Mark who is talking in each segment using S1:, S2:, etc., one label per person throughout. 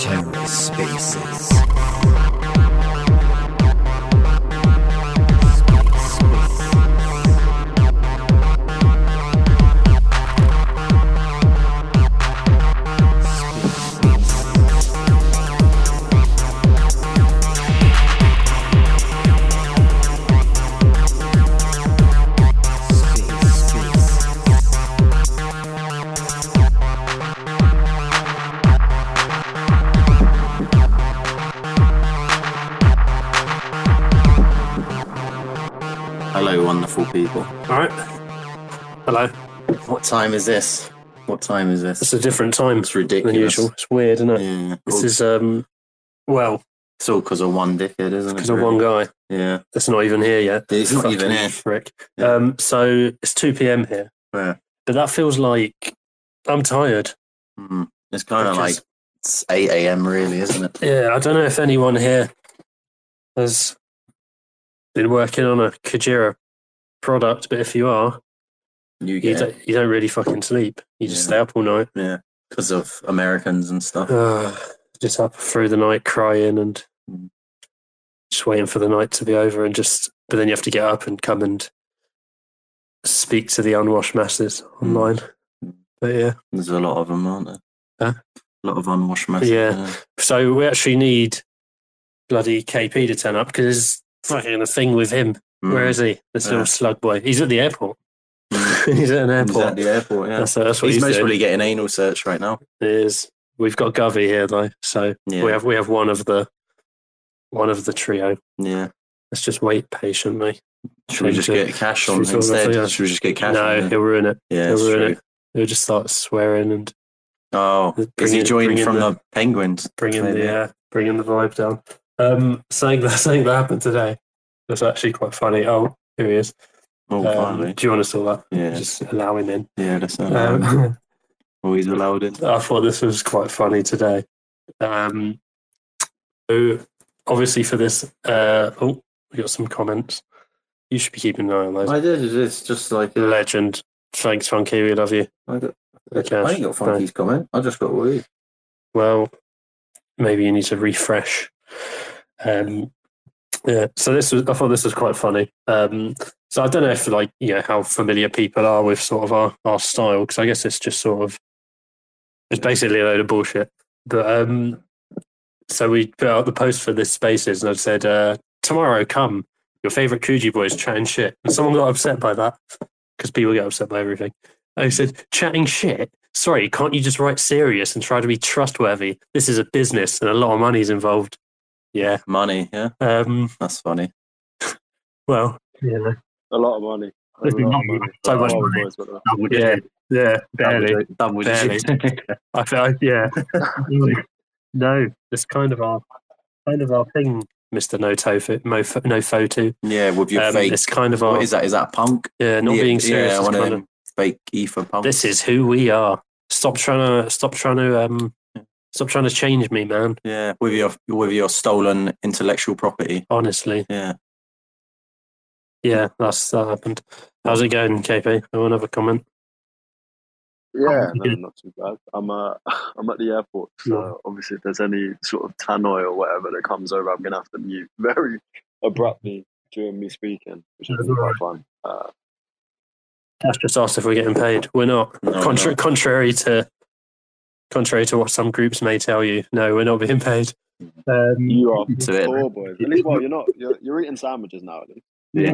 S1: Terror Spaces.
S2: Hello, wonderful people.
S3: All right. Hello.
S2: What time is this? What time is this?
S3: It's a different time
S2: It's
S3: than
S2: ridiculous.
S3: usual. It's weird, isn't it?
S2: Yeah.
S3: This
S2: All-
S3: is um, well,
S2: it's all because of one dickhead, isn't it?
S3: because of one guy
S2: Yeah.
S3: that's not even here yet.
S2: He's not even
S3: Fucking
S2: here.
S3: Frick.
S2: Yeah.
S3: Um, so it's two p.m. here,
S2: Yeah.
S3: but that feels like I'm tired.
S2: Mm. It's kind of
S3: Because-
S2: like it's 8 a.m., really, isn't it?
S3: Yeah, I don't know if anyone here has been working on a Kajira product, but if you are,
S2: You
S3: you,
S2: get it
S3: don't, you don't really fucking sleep. You just
S2: Yeah.
S3: stay up all night.
S2: 'cause of Americans and stuff.
S3: Uh, just up through the night crying and
S2: Mm.
S3: just waiting for the night to be over and just but then you have to get up and come and speak to the unwashed masses online.
S2: Mm.
S3: But yeah.
S2: There's a lot of them, aren't there?
S3: Huh?
S2: A lot of unwashed mess.
S3: Yeah. So we actually need bloody KP to turn up because fucking a thing with him.
S2: Mm.
S3: Where is he? This
S2: Yeah.
S3: little slug boy. He's at the airport.
S2: Mm.
S3: he's at an
S2: He's at
S3: airport.
S2: the airport, yeah.
S3: That's, that's what
S2: He's
S3: he's,
S2: most
S3: doing.
S2: probably getting anal search right now.
S3: It is. We've got Govey here though, so
S2: Yeah.
S3: we have we have one of the one of the trio.
S2: yeah.
S3: Let's just wait patiently.
S2: Should we
S3: Change
S2: just
S3: it.
S2: get cash on
S3: Should we sort of-
S2: instead?
S3: yeah.
S2: Should we just get cash
S3: no,
S2: on?
S3: he'll ruin it.
S2: Yeah,
S3: he'll
S2: it's
S3: ruin
S2: true.
S3: it. He'll just start swearing and
S2: Oh,
S3: Bring
S2: is he
S3: it-
S2: joined
S3: bring in
S2: from
S3: the-
S2: the, Penguins?
S3: bringing
S2: Maybe.
S3: the uh, bringing the vibe down. Um, something that something that happened today was actually quite funny. Oh, here he is.
S2: Oh,
S3: Um,
S2: finally.
S3: do you want to saw that?
S2: Yeah,
S3: Just allow him in.
S2: yeah, that's not allowed.
S3: Um,
S2: always allowed in.
S3: I thought this was quite funny today. Um, so obviously for this, uh, oh, we got some comments. You should be keeping an eye on those.
S2: I did. It's just like uh,
S3: Legend. Thanks, Funky. We love you.
S2: I, got,
S3: Okay.
S2: I ain't got Funky's comment. I just got worried.
S3: Well, maybe you need to refresh. Um, yeah. So this was, I thought this was quite funny. Um, so I don't know if like you know how familiar people are with sort of our our style because I guess it's just sort of it's basically a load of bullshit. But um, so we put out the post for this spaces and I said uh, tomorrow come your favorite Coogee boys chatting shit and someone got upset by that because people get upset by everything. I said, chatting shit. Sorry, can't you just write serious and try to be trustworthy? This is a business and a lot of money's involved. Yeah.
S2: Money, yeah,
S3: Um,
S2: that's funny.
S3: well, yeah,
S4: A lot of money. A
S3: It's been
S4: lot of
S3: long-
S4: money.
S3: so much
S4: Oh,
S3: money.
S4: boys, but, uh,
S3: yeah, yeah, barely.
S2: Double
S3: Barely. I feel, yeah. no, it's kind of our kind of our thing, Mister No Tofu, Mo, No Photo.
S2: yeah, with your
S3: Um,
S2: fake.
S3: it's kind of our
S2: What is that? Is that punk?
S3: yeah, not
S2: yeah,
S3: being serious.
S2: Yeah,
S3: it's
S2: one of
S3: kind
S2: them fake ether punks.
S3: this is who we are. Stop trying to stop trying to um stop trying to change me, man.
S2: Yeah, with your with your stolen intellectual property.
S3: Honestly,
S2: Yeah,
S3: yeah, that's that happened. How's it going, KP? I want to have a comment.
S4: yeah,
S3: Oh,
S4: no,
S3: yeah.
S4: not too bad. I'm uh, I'm at the airport, so
S3: Yeah.
S4: obviously if there's any sort of tannoy or whatever that comes over, I'm gonna have to mute very abruptly during me speaking, which is
S3: That's
S4: quite fun. Uh,
S3: That's just asked if we're getting paid. We're not.
S2: No,
S3: Contra-
S2: no.
S3: Contrary to contrary to what some groups may tell you, no, we're not being paid. Um,
S4: you are
S2: to it.
S4: poor boys. At least, well, you're not. You're, you're eating sandwiches now. At least.
S3: yeah.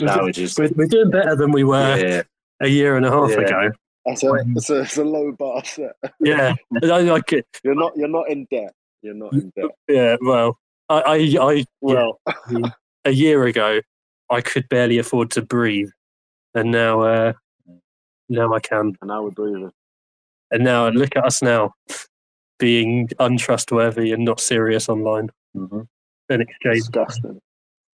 S2: now it's just-
S3: We're, we're doing better than we were
S2: yeah,
S3: a year and a half
S2: Yeah.
S3: ago.
S4: That's a, it's a, it's a low bar set.
S3: Yeah, I like it.
S4: You're not. You're not in debt. You're not in debt.
S3: Yeah, well, I, I, I
S4: Well,
S3: a year ago, I could barely afford to breathe, and now, uh, now I can.
S4: and now we're breathing.
S3: And now look at us now, being untrustworthy and not serious online.
S2: Mhm.
S3: In exchange,
S4: Disgusting.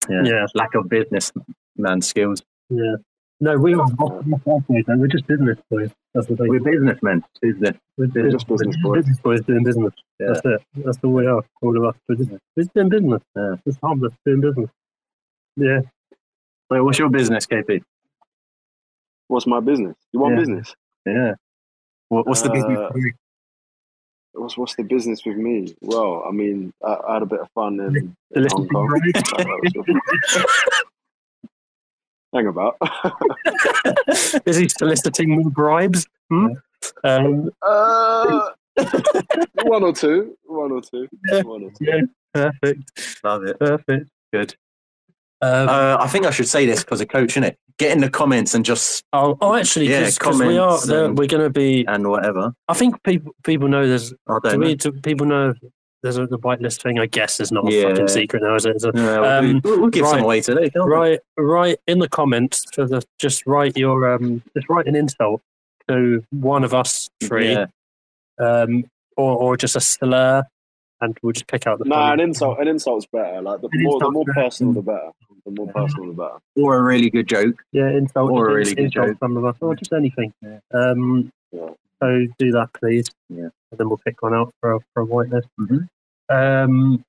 S2: Yeah.
S3: yeah,
S2: lack of business man skills.
S3: yeah. No, we are we're just business boys. That's the thing.
S2: We're businessmen. Business.
S3: We're
S2: They're
S3: just business boys. Business boys doing business.
S2: Yeah.
S3: That's it. That's all we are. All of us. We're just, we're just doing business.
S2: Yeah.
S3: It's harmless doing business. Yeah.
S2: Wait, what's your business, KP?
S4: What's my business? You want
S5: Yeah.
S4: business?
S5: Yeah. What, what's the business?
S4: Uh,
S5: story?
S4: What's what's the business with me? Well, I mean, I, I had a bit of fun in
S3: A little
S4: Hong Kong. Hang about.
S3: Is he soliciting more bribes? Hmm? Um,
S4: uh, one or two, one or two, one or two.
S3: yeah, perfect,
S5: Love it.
S3: perfect, good. Um,
S2: Uh, I think I should say this because of coach, innit? Get in the comments and just
S3: oh, oh, actually,
S2: yeah,
S3: because we are
S2: comments
S3: there,
S2: and-
S3: we're going to be.
S5: And whatever.
S3: I think people people know there's.
S5: I
S3: Do
S5: don't know.
S3: we? Do people know there's a, the whitelist thing? I guess is not a
S5: Yeah.
S3: fucking secret now, is it? It's a-
S5: Yeah, we'll,
S3: Um,
S5: do- we'll- we'll give
S3: right.
S5: some away today, can't we?
S3: Right, right in the comments for the just write your um just write an insult to one of us three,
S5: Yeah.
S3: um or or just a slur, and we'll just pick out the.
S4: Nah,
S3: funny-
S4: an insult, an insult's better. Like the
S3: An
S4: more, the
S3: insult's
S4: more
S3: better. Mm.
S4: personal, the better. The more personal, the better.
S5: Or a really good joke.
S3: Yeah, insult
S5: Or a really
S3: just
S5: good
S3: insult
S5: joke.
S3: Some of us, or just anything.
S5: Yeah.
S3: Um,
S4: Yeah.
S3: so do that, please.
S5: Yeah.
S3: And then we'll pick one out for a, for a whitelist.
S5: Mhm.
S4: Mm-hmm.
S3: Um,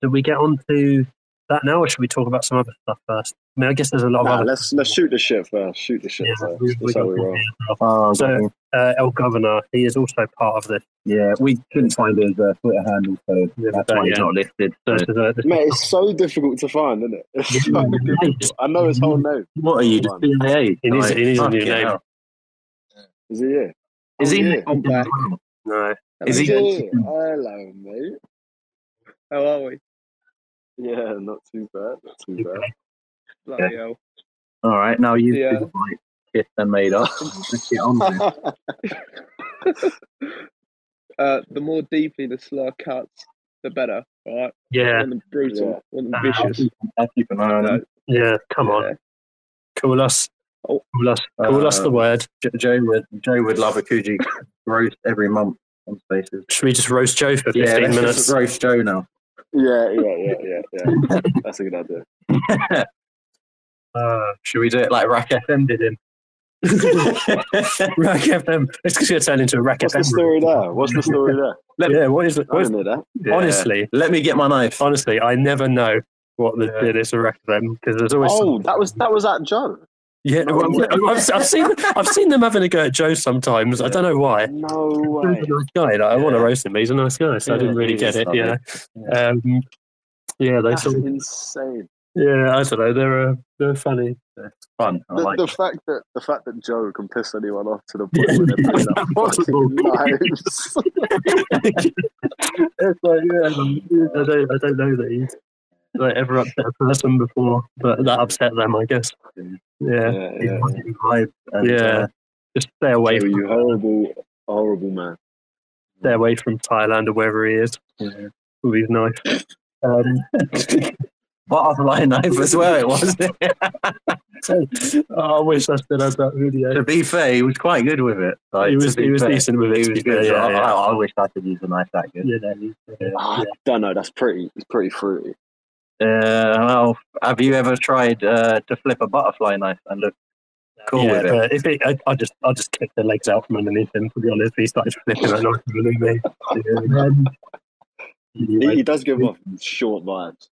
S3: do we get on to that now, or should we talk about some other stuff first? I mean, I guess there's a lot of
S4: Nah,
S3: other.
S4: let's let's shoot the shit first. Shoot the shit
S3: Yeah,
S4: first.
S3: we- we
S4: That's how
S3: got
S4: we roll.
S5: Oh,
S3: So-
S5: God.
S3: uh, El Governor. He is also part of this.
S5: yeah. We couldn't find his uh, Twitter handle, so
S3: Yeah,
S5: that's why he's
S3: yeah.
S5: not listed. So.
S3: This is a- this is
S4: Mate, it's so difficult to find, isn't it? It's so difficult. I know his whole name.
S5: What are you, just
S4: Come
S5: CIA?
S3: It is-
S5: Like,
S3: it is a new
S5: fucking
S3: name.
S5: hell.
S4: Is he here?
S5: Is
S4: Oh,
S5: he?
S4: yeah.
S5: on black?
S3: No.
S5: Is he?
S4: here? Hello, mate.
S6: How are we?
S4: Yeah, not too bad. Not too bad.
S6: Bloody hell.
S5: All right, now you've
S6: Yeah.
S5: been like kissed and made up. Let's get on with it.
S6: Uh, the more deeply the slur cuts, the better, right?
S3: Yeah,
S6: Want them brutal,
S4: Yeah.
S6: want
S3: Ah,
S6: them vicious.
S5: I'll keep an eye on it.
S3: yeah. Come on,
S6: Yeah.
S3: call us,
S6: Oh.
S3: call us, call us the
S5: Uh,
S3: word.
S5: Jo- Joe would Joe would love a Coogee roast every month on Spaces.
S3: Should we just roast Joe for
S5: Yeah,
S3: fifteen
S5: let's
S3: minutes?
S5: just roast Joe now.
S4: Yeah, yeah, yeah, yeah, yeah. That's a good idea.
S3: Uh,
S5: Should we do it like Rack FM did him?
S3: Rack FM. It's just going to turn into a Rack
S4: What's the
S3: FM.
S4: story there? What's the story there?
S3: Yeah. What is it?
S4: I
S3: what is-
S4: didn't know that.
S5: Yeah.
S3: Honestly,
S2: let me get my knife.
S3: honestly, I never know what the
S5: Yeah.
S3: yeah. is a Rack FM because there's always.
S4: Oh,
S3: some-
S4: that was that was at Joe.
S3: yeah.
S4: no,
S3: well,
S4: no.
S3: I've, I've seen I've seen them having a go at Joe sometimes. I don't know why.
S4: No
S3: He's
S4: way.
S3: a nice guy. Like, I want to roast him. But he's a nice guy, so I
S5: Yeah,
S3: didn't really
S5: he
S3: get
S5: is
S3: it. Yeah.
S5: lovely.
S3: Um, yeah, they
S4: That's
S3: sort of,
S4: insane.
S3: yeah, I don't know. They're uh, they're funny.
S5: Fun. I
S4: The,
S5: like
S4: the
S5: it.
S4: fact that the fact that Joe can piss anyone off to the point where they're putting up fucking knives.
S3: It's like, yeah, I don't, I don't know that he's like ever upset a person before, but that upset them, I guess. Yeah,
S4: yeah,
S5: He's
S4: yeah.
S5: fucking vibe and,
S3: Yeah.
S5: uh,
S3: just stay away,
S4: Joe,
S3: from,
S4: you horrible, horrible man.
S3: stay away from Thailand or wherever he is
S5: Yeah.
S3: with his knife. Um,
S5: butterfly knife as well. It was.
S3: so, oh, I wish I still had that video.
S5: to be fair, he was quite good with it. Like,
S3: He was,
S5: to be
S3: he was
S5: fair,
S3: decent with it.
S5: He
S3: to
S5: was
S3: be
S5: good.
S3: fair,
S5: so I,
S3: yeah, yeah.
S5: I, I wish I could use a knife that good.
S3: Yeah, no, he's- uh, yeah.
S4: Ah, I don't know. That's pretty. It's pretty fruity.
S5: Uh, well, have you ever tried uh, to flip a butterfly knife and look cool
S3: yeah,
S5: with it?
S3: but If it, I, I just, I just kicked the legs out from underneath him. To be honest, he started flipping and not believe me. Um,
S4: He,
S3: anyway,
S4: he does give off short vibes.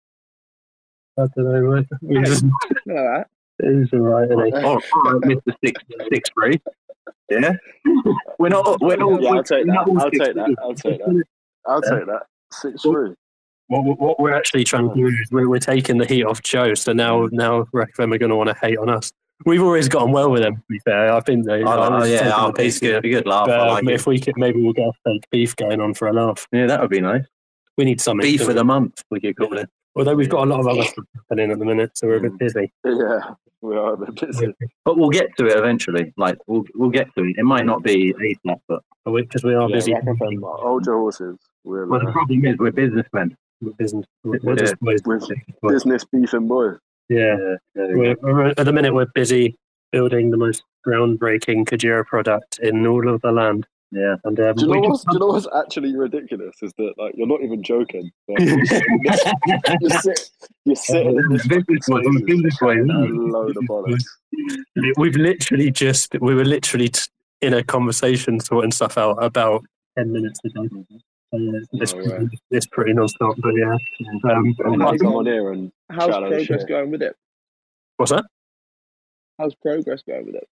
S3: I don't know. man. He was,
S6: You know that?
S3: he was all right, isn't he?
S5: Oh, all right, Mr. Six Six Three. Yeah, we're not. We're not.
S4: Yeah, I'll take
S5: we're not
S4: that.
S5: all
S4: I'll
S5: six
S4: take that.
S5: feet.
S4: I'll take that. I'll take that. Six three.
S3: Um, What, what- what we're actually trying
S4: Oh.
S3: to do is we're, we're taking the heat off Joe. So now, now Rack them are going to want to hate on us. We've always gotten well with them. To be fair, I think they.
S5: I like-
S3: I
S5: oh
S3: was
S5: yeah,
S3: taking
S5: oh,
S3: the
S5: he's
S3: piss,
S5: good. A good laugh.
S3: But,
S5: I
S3: um,
S5: like it.
S3: if we could, maybe we'll get a fake beef going on for a laugh.
S5: Yeah, that would be nice.
S3: We need something.
S5: Beef
S3: don't
S5: for
S3: we?
S5: the month. We could call it.
S3: Although we've got a lot of other stuff happening at the minute, so we're a bit busy.
S4: Yeah, we are a bit busy.
S5: But we'll get to it eventually. Like we'll we'll get to it. It might not be ASAP, but
S3: Because we are
S4: Yeah,
S3: busy.
S4: Rack FM, like, Hold your horses. We're
S5: well, the
S4: like,
S5: problem is we're businessmen.
S3: We're business. We're we're just always
S4: with
S3: Right.
S4: business beefing boys.
S3: Yeah,
S5: Yeah,
S3: we're, we're, at the minute we're busy building the most groundbreaking Kajira product in all of the land,
S5: yeah.
S3: and um,
S4: Do you know
S3: we
S4: what's,
S3: just-
S4: do you know what's actually ridiculous is that like you're not even joking. Like, you're, sit, you're sitting in this
S5: Businessmen,
S4: spaces.
S5: businessmen.
S4: a load of bollocks.
S3: we've literally just we were literally t- in a conversation sorting stuff out about ten minutes ago. Uh, it's,
S4: No
S3: pretty, it's pretty non-stop, but yeah. Um,
S4: And then come on here and
S6: How's
S4: Shallow
S6: progress
S4: shit.
S6: going with it?
S3: what's that?
S6: How's progress going with it?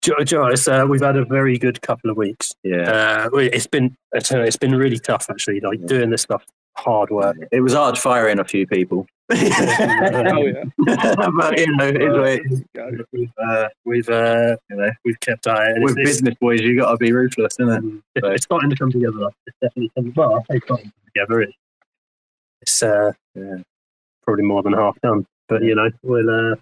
S3: Jo- Jo, it's, uh, we've had a very good couple of weeks.
S5: Yeah.
S3: Uh, we- it's been it's, uh, it's been really tough actually, like doing this stuff, hard work.
S5: It was hard firing a few people.
S6: Oh yeah,
S5: but, you know, it's,
S6: go.
S3: We've uh, we've uh,
S5: you know,
S3: we've kept at it.
S5: with
S3: It's-
S5: business boys, you got to be ruthless, isn't
S3: Um, it- it's starting to come together. like, It's definitely coming. Well, I say starting to come together. It, it's uh,
S5: Yeah.
S3: probably more than half done, but you know we'll uh,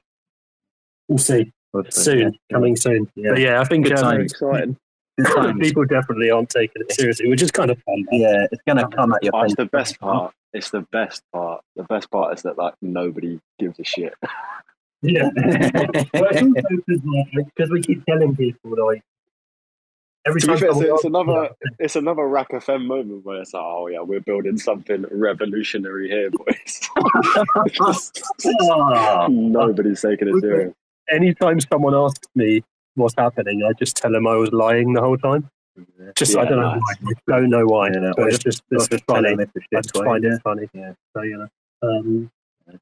S3: we'll see
S5: it?
S3: soon, coming soon.
S5: Yeah.
S3: But yeah, I think
S5: Good
S3: um,
S5: timing.
S6: Very exciting.
S3: people definitely aren't taking it seriously, which is kind of fun.
S5: Yeah, it's gonna come at your
S4: Oh,
S5: face.
S4: it's the best part. It's the best part. The best part is that like nobody gives a shit.
S3: Yeah. because we keep telling people like every
S4: To be
S3: time
S4: fair, it's,
S3: someone
S4: it's
S3: asks,
S4: another it's another Rack FM moment where it's like, oh yeah, we're building something revolutionary here, boys.
S3: "Ah."
S4: Nobody's taking it
S3: Okay.
S4: serious.
S3: anytime someone asks me what's happening, I just tell them I was lying the whole time. Just I
S4: Yeah,
S3: don't know
S4: nice.
S3: why. I don't know why.
S5: Yeah, no,
S3: but
S5: I
S3: it's just it's just funny. I just find it funny.
S5: Yeah.
S3: So you know, um,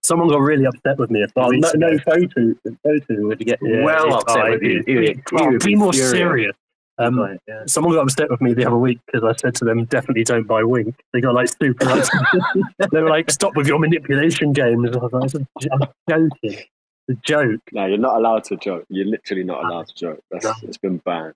S3: someone got really upset with me. a few
S5: Well,
S3: weeks
S5: no, no
S3: ago.
S5: photo, photo would get
S3: Yeah,
S5: well
S3: it's-
S5: upset
S3: I-
S5: with you.
S3: it- it- oh, be more serious. Um, Someone got upset with me the other week because I said to them, definitely don't buy Wink. They got like super upset. they were like, stop with your manipulation games. I was like, "It's a j- I'm joking. It's a joke.
S4: No, you're not allowed to joke. You're literally not allowed to joke. That's it's been banned.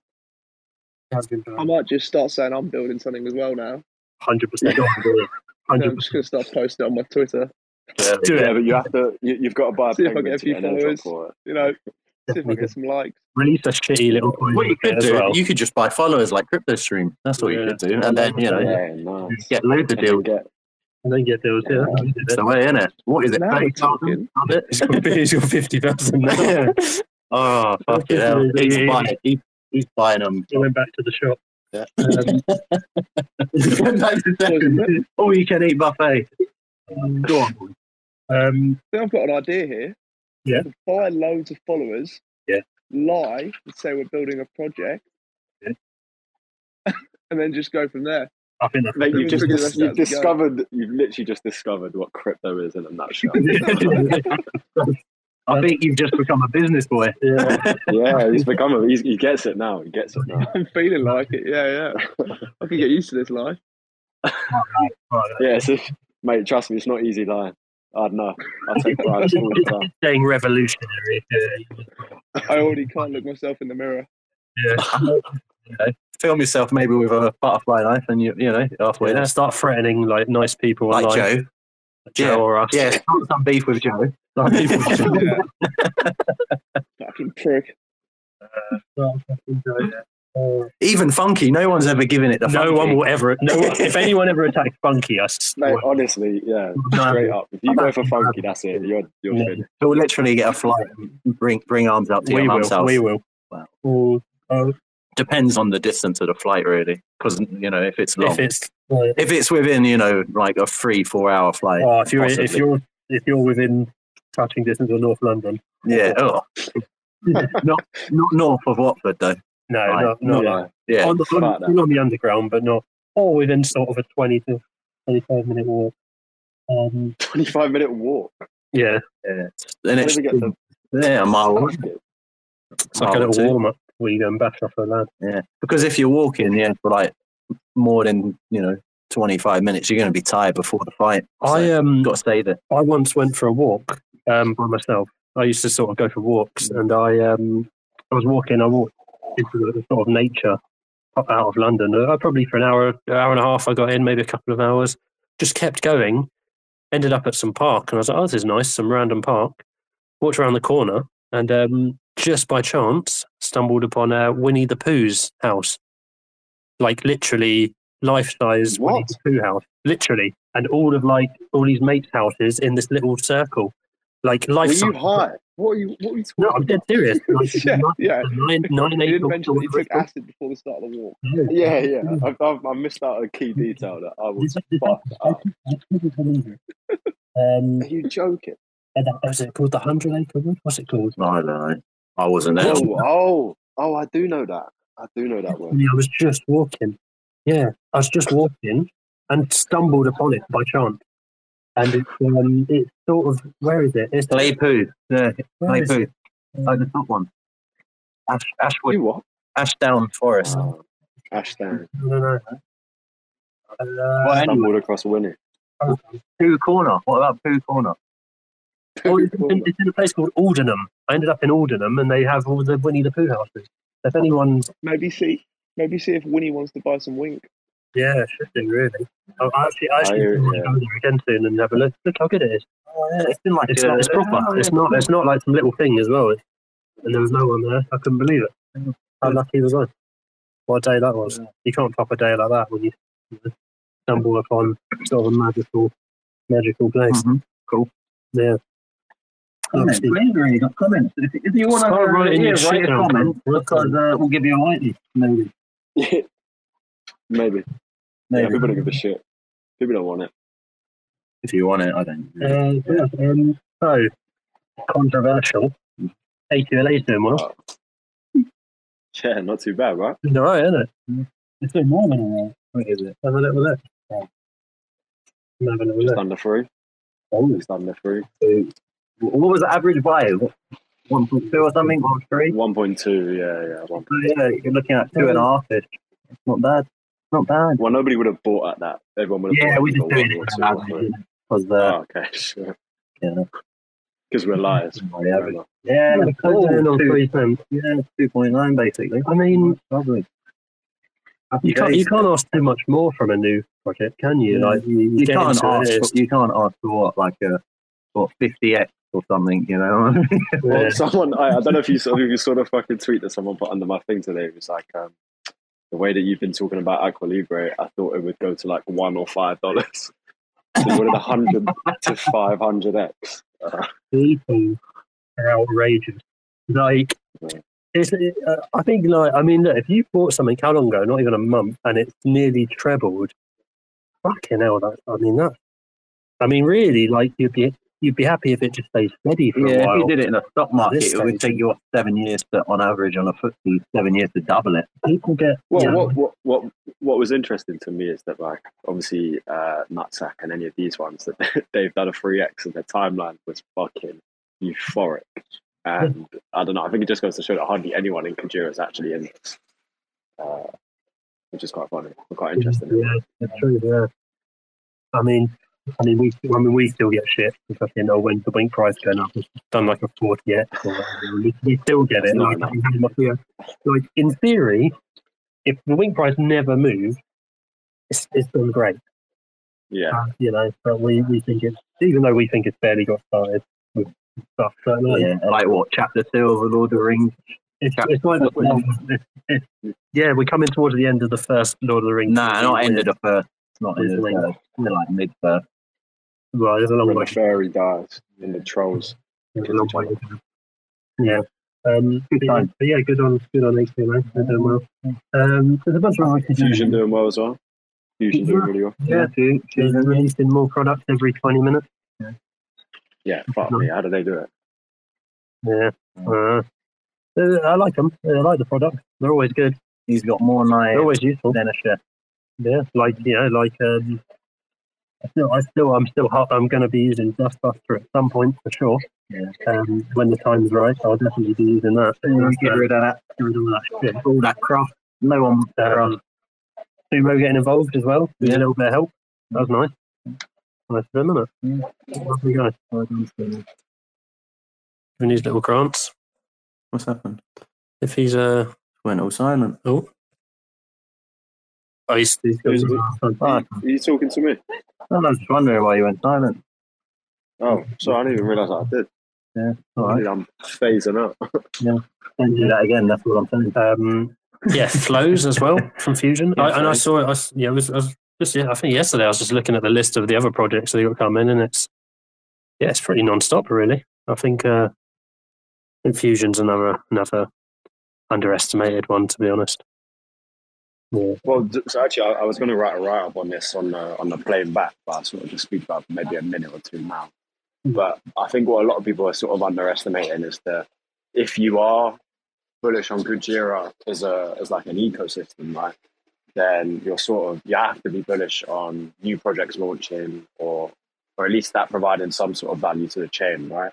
S6: I might just start saying I'm building something as well now.
S3: 100%.
S6: So
S3: 100%.
S6: I'm just gonna start posting on my Twitter.
S3: Do
S4: Yeah,
S3: it.
S4: but you have to. You, you've got to buy a
S6: See if I
S4: penguin
S6: get a
S4: to
S6: few
S4: get an airdrop
S6: followers.
S4: for it.
S6: You know, see if I get some likes.
S3: Release a shitty little coin.
S2: What you could
S3: as
S2: do,
S3: well.
S2: you could just buy followers like CryptoStream. That's what
S3: Yeah.
S2: you could do, and then you know
S4: Yeah, nice.
S2: get loads of
S4: And you
S2: deals.
S4: get-
S3: and then get those. Yeah, you did
S2: It's the way, innit? What is it?
S6: Now we're
S2: 30,000? Is
S3: it. Here's your 50,000 now.
S2: it? oh, fuck it hell. He's buying, he, he's buying them.
S3: I went back to the shop.
S2: Yeah.
S3: Um,
S2: Back to second. All you can eat buffet.
S3: um, go on. boy. Um,
S6: Then I've got an idea here.
S3: Yeah.
S6: Buy loads of followers.
S3: Yeah.
S6: Lie and say we're building a project.
S3: Yeah.
S6: and then just go from there.
S3: I think that's
S4: Mate,
S6: you
S4: you've just
S6: figure
S4: dis-
S6: this out
S4: you've
S6: as you go.
S4: discovered. You've literally just discovered what crypto is in a nutshell.
S5: I think you've just become a business boy.
S3: yeah.
S4: yeah, he's become. A, he's, he gets it now. He gets it now.
S6: I'm feeling like it. Yeah, yeah. I can get used to this life.
S3: Right.
S4: Yeah, so, mate, trust me, it's not easy lying. I don't know. I take the all the time.
S3: Saying revolutionary. Yeah.
S6: I already can't look myself in the mirror.
S3: yeah.
S5: Film yourself maybe with a butterfly knife, and you you know you're halfway
S3: yeah.
S5: there.
S3: Start threatening like nice people
S2: Like
S3: online,
S2: Joe.
S3: Joe
S2: Yeah.
S3: or us.
S2: Yeah, start some beef with Joe.
S3: Like, people-
S6: Yeah. Fucking prick.
S3: Uh,
S2: Even Funky, no one's ever given it the
S3: no one will ever. No, one, if anyone ever attacked Funky, I swear.
S4: Mate, honestly, yeah,
S3: No.
S4: straight up. If you go for funky, that's it. You're you're
S3: Yeah.
S4: finished.
S2: He'll literally get a flight and bring, bring arms up to
S3: we
S2: your mum's
S3: will.
S2: house.
S3: We will.
S2: Wow.
S3: Well, uh,
S2: Depends on the distance of the flight, really. Because, you know, if it's long.
S3: if
S2: If,
S3: it's uh,
S2: it's within, you know, like a three, four hour flight.
S3: oh, if you're if
S2: Possibly.
S3: you're if you're within touching distance of North London,
S2: Yeah. Oh. not, not north of Watford, though.
S3: no,
S2: Right.
S3: not, not
S4: Yeah.
S2: Yeah.
S3: on, the, on,
S4: about that.
S3: still on the underground, but not or within sort of a twenty to twenty-five minute walk. Um,
S4: 25 minute walk.
S3: yeah,
S2: yeah. And
S4: How
S2: it's
S4: did we get to
S2: yeah, a mile. walk.
S3: it's like a
S2: Mile or two.
S3: little warm up where you go and bash off a lad.
S2: Yeah, because if you're walking, yeah, for like more than you know twenty five minutes, you're going to be tired before the fight.
S3: I um,
S2: you got to stay there.
S3: I once went for a walk um, by myself. I used to sort of go for walks, and I um, I was walking. I walked into the sort of nature up out of London. Uh, probably for an hour, hour and a half. I got in, maybe a couple of hours. Just kept going. Ended up at some park, and I was like, "Oh, this is nice." Some random park. Walked around the corner, and um, just by chance, stumbled upon uh, Winnie the Pooh's house. Like literally life size Winnie
S4: What?
S3: the Pooh house, literally, and all of like all these mates' houses in this little circle, like life
S4: Were
S3: size.
S4: you high? What are you? What are you
S3: No, I'm dead serious. Like,
S6: yeah, yeah.
S3: nine, nine,
S6: You
S3: eight.
S6: didn't mention that you took acid before the start of the walk.
S4: talking? Yeah, yeah. I've, I've, I missed out a key detail that I was fucked up.
S3: Um,
S4: Uh, Are you joking?
S3: and that, was it called the Hundred Acre Wood? What's it called?
S2: I don't know. I wasn't there.
S4: Oh, oh, oh! I do know that. I do know that one.
S3: Yeah, I was just walking. Yeah, I was just walking and stumbled upon it by chance. And it's um, it's sort of where is it? It's
S2: Play poo. Yeah,
S3: where
S2: play
S3: is
S2: poo.
S3: it?
S2: Like the top one. Ash, Ashwood,
S4: You what? Oh,
S2: Ashdown Forest.
S4: Ashton.
S3: Uh,
S2: Well,
S5: Uh,
S2: anyway,
S4: Stumbled across Winnie.
S2: Pooh Corner. What about Pooh Corner?
S5: Oh, it's, in, it's in a place called Aldenham. I ended up in Aldenham, and they have all the Winnie the Pooh houses. If anyone,
S6: Maybe see, maybe see if Winnie wants to buy some wink.
S5: yeah, should do really. I I actually, I actually
S4: I,
S5: I,
S4: yeah.
S5: go there again soon and have a look. Look how good it is.
S2: It's been like
S5: Oh, It's uh,
S2: a-
S5: not. It's proper. It's not. It's not like some little thing as well. It's, and there was no one there. I couldn't believe it. How lucky was I? What a day that was! You can't top a day like that when you, you know, stumble upon sort of a magical, magical place.
S2: Mhm. Cool.
S5: Yeah.
S7: comments. We ain't really got comments. If, if you want to
S5: Start writing your
S7: yeah,
S5: shit
S7: write a
S5: down.
S7: comment, because uh, we'll give you a whitey. Maybe.
S4: Maybe. Yeah,
S2: Maybe.
S4: people don't give a shit. People don't want it.
S2: If you want it, I don't. know.
S5: Uh, yeah, um, so controversial. AQLA's doing well.
S4: Uh, Yeah, not too bad, right?
S5: It's all right, isn't it?
S2: Mm.
S7: It's been warm in there.
S2: What is it?
S5: Have a little look. I'm having a little
S4: Just
S5: look.
S4: under three.
S2: Oh,
S4: Just under three.
S2: what was the average buy? One point two or something? One three? Oh,
S4: One point two. Yeah, yeah. One.
S2: Yeah, you're looking at two and a half. It's not bad. Not bad.
S4: Well, nobody would have bought at that. Everyone would have.
S2: Yeah,
S4: bought
S2: we
S4: either
S2: just do
S4: one or
S2: it
S4: two or three.
S2: because the
S4: Oh, okay, sure.
S2: Yeah.
S4: Because we're liars.
S2: the average. Yeah,
S5: Yeah,
S2: oh,
S5: closing in on
S2: two-
S5: three cents.
S2: yeah, two point nine basically.
S5: I mean,
S2: Lovely.
S5: you can't, you can't ask too much more from a new project, can you? Like,
S2: you, you
S5: get
S2: can't
S5: into
S2: ask.
S5: this.
S2: For, you can't ask for what like a what fifty x or something. You know.
S4: Well,
S5: yeah.
S4: someone I, I don't know if you saw if you saw the fucking tweet that someone put under my thing today. It was like um, the way that you've been talking about Aqua Libre, I thought it would go to like one or five dollars. So you wanted a hundred to five hundred X.
S5: people are outrageous. Like,
S4: Yeah.
S5: it's, it, uh, I think, like, I mean, look, if you bought something how long ago, not even a month, and it's nearly trebled, fucking hell, that, I mean, that, I mean, really, like, you'd be, you'd be happy if it just stays steady for a
S2: Yeah, if
S5: while.
S2: you did it in a stock market,
S5: This
S2: it would
S5: stage.
S2: take you what, seven years to, on average, on a FTSE, seven years to double it.
S5: People get,
S4: Well,
S5: yeah,
S4: what, what what what was interesting to me is that like obviously uh, Nutsack and any of these ones that they've done a three X and their timeline was fucking euphoric. And I don't know. I think it just goes to show that hardly anyone in Kajira is actually in this, uh, which is quite funny and quite interesting.
S5: Yeah, it's true. Yeah. I mean, I mean, we, I mean, we still get shit because you know when the wink price going up, it's done like a forty yet. Or whatever. we, we still get
S4: It's
S5: it.
S4: not
S5: Like, yeah. like in theory, if the wink price never moved, it's it's done great.
S4: Yeah,
S5: Uh, you know, but we, we think it's even though we think it's barely got started with stuff. So like,
S2: Yeah, like what chapter two of the Lord of the Rings?
S5: it's, it's like the, it's, it's, yeah, we're coming towards the end of the first Lord of the Rings.
S2: Nah, not end of the first. Not end of the
S5: Really?
S2: first. They're like mid first.
S5: Well, there's a long
S4: when
S5: way.
S4: the fairy dies and the trolls.
S5: It's a long way to go. Yeah. Um, but yeah, but yeah, good on good on HTML. They're doing well. Um, there's a bunch of other
S4: Fusion doing well as well. Fusion doing really well.
S5: Yeah,
S2: two,
S5: they're releasing more products every 20 minutes.
S4: Yeah, fuck me. How do they do it?
S5: Yeah. Uh, uh, I like them. I like the product. They're always good.
S2: He's got more
S5: They're
S2: knives
S5: always useful.
S2: than a chef.
S5: Yeah. Like you know, like um, I still, I still, I'm still, hot. I'm going to be using Dustbuster at some point for sure.
S2: Yeah.
S5: Um, when the time's right, I'll definitely be using that.
S2: You Get rid of that,
S5: Get rid of that shit.
S2: all that craft. No one.
S5: um, Sumo getting involved as well. With a little bit of help. That was nice. Nice of him, innit? Lovely guy. Giving his little grants.
S7: What's happened?
S5: If he's uh
S7: Went all silent.
S5: oh. Oh, he's, he's got
S4: Who's
S5: some-
S4: Are you, are you talking to me?
S2: I was just wondering why you went silent.
S4: Oh, so I didn't even realize I did.
S2: All
S4: I
S2: right,
S4: mean, I'm phasing out.
S2: don't do that again. That's what I'm saying.
S5: um, yeah, flows as well from Fusion.
S2: Yeah,
S5: I, and I
S2: Flows.
S5: saw it. I, s- yeah, it was, I was just yeah. I think yesterday I was just looking at the list of the other projects they got coming, and it's yeah, it's pretty non-stop really. I think uh, I think Fusion's another another underestimated one to be honest.
S4: Well, d- so actually, I, I was going to write a write up on this on the on the plane back, but I sort of just speak about maybe a minute or two now.
S2: Mm.
S4: But I think what a lot of people are sort of underestimating is that if you are bullish on Kujira as a as like an ecosystem, right, then you're sort of you have to be bullish on new projects launching or or at least that providing some sort of value to the chain, right?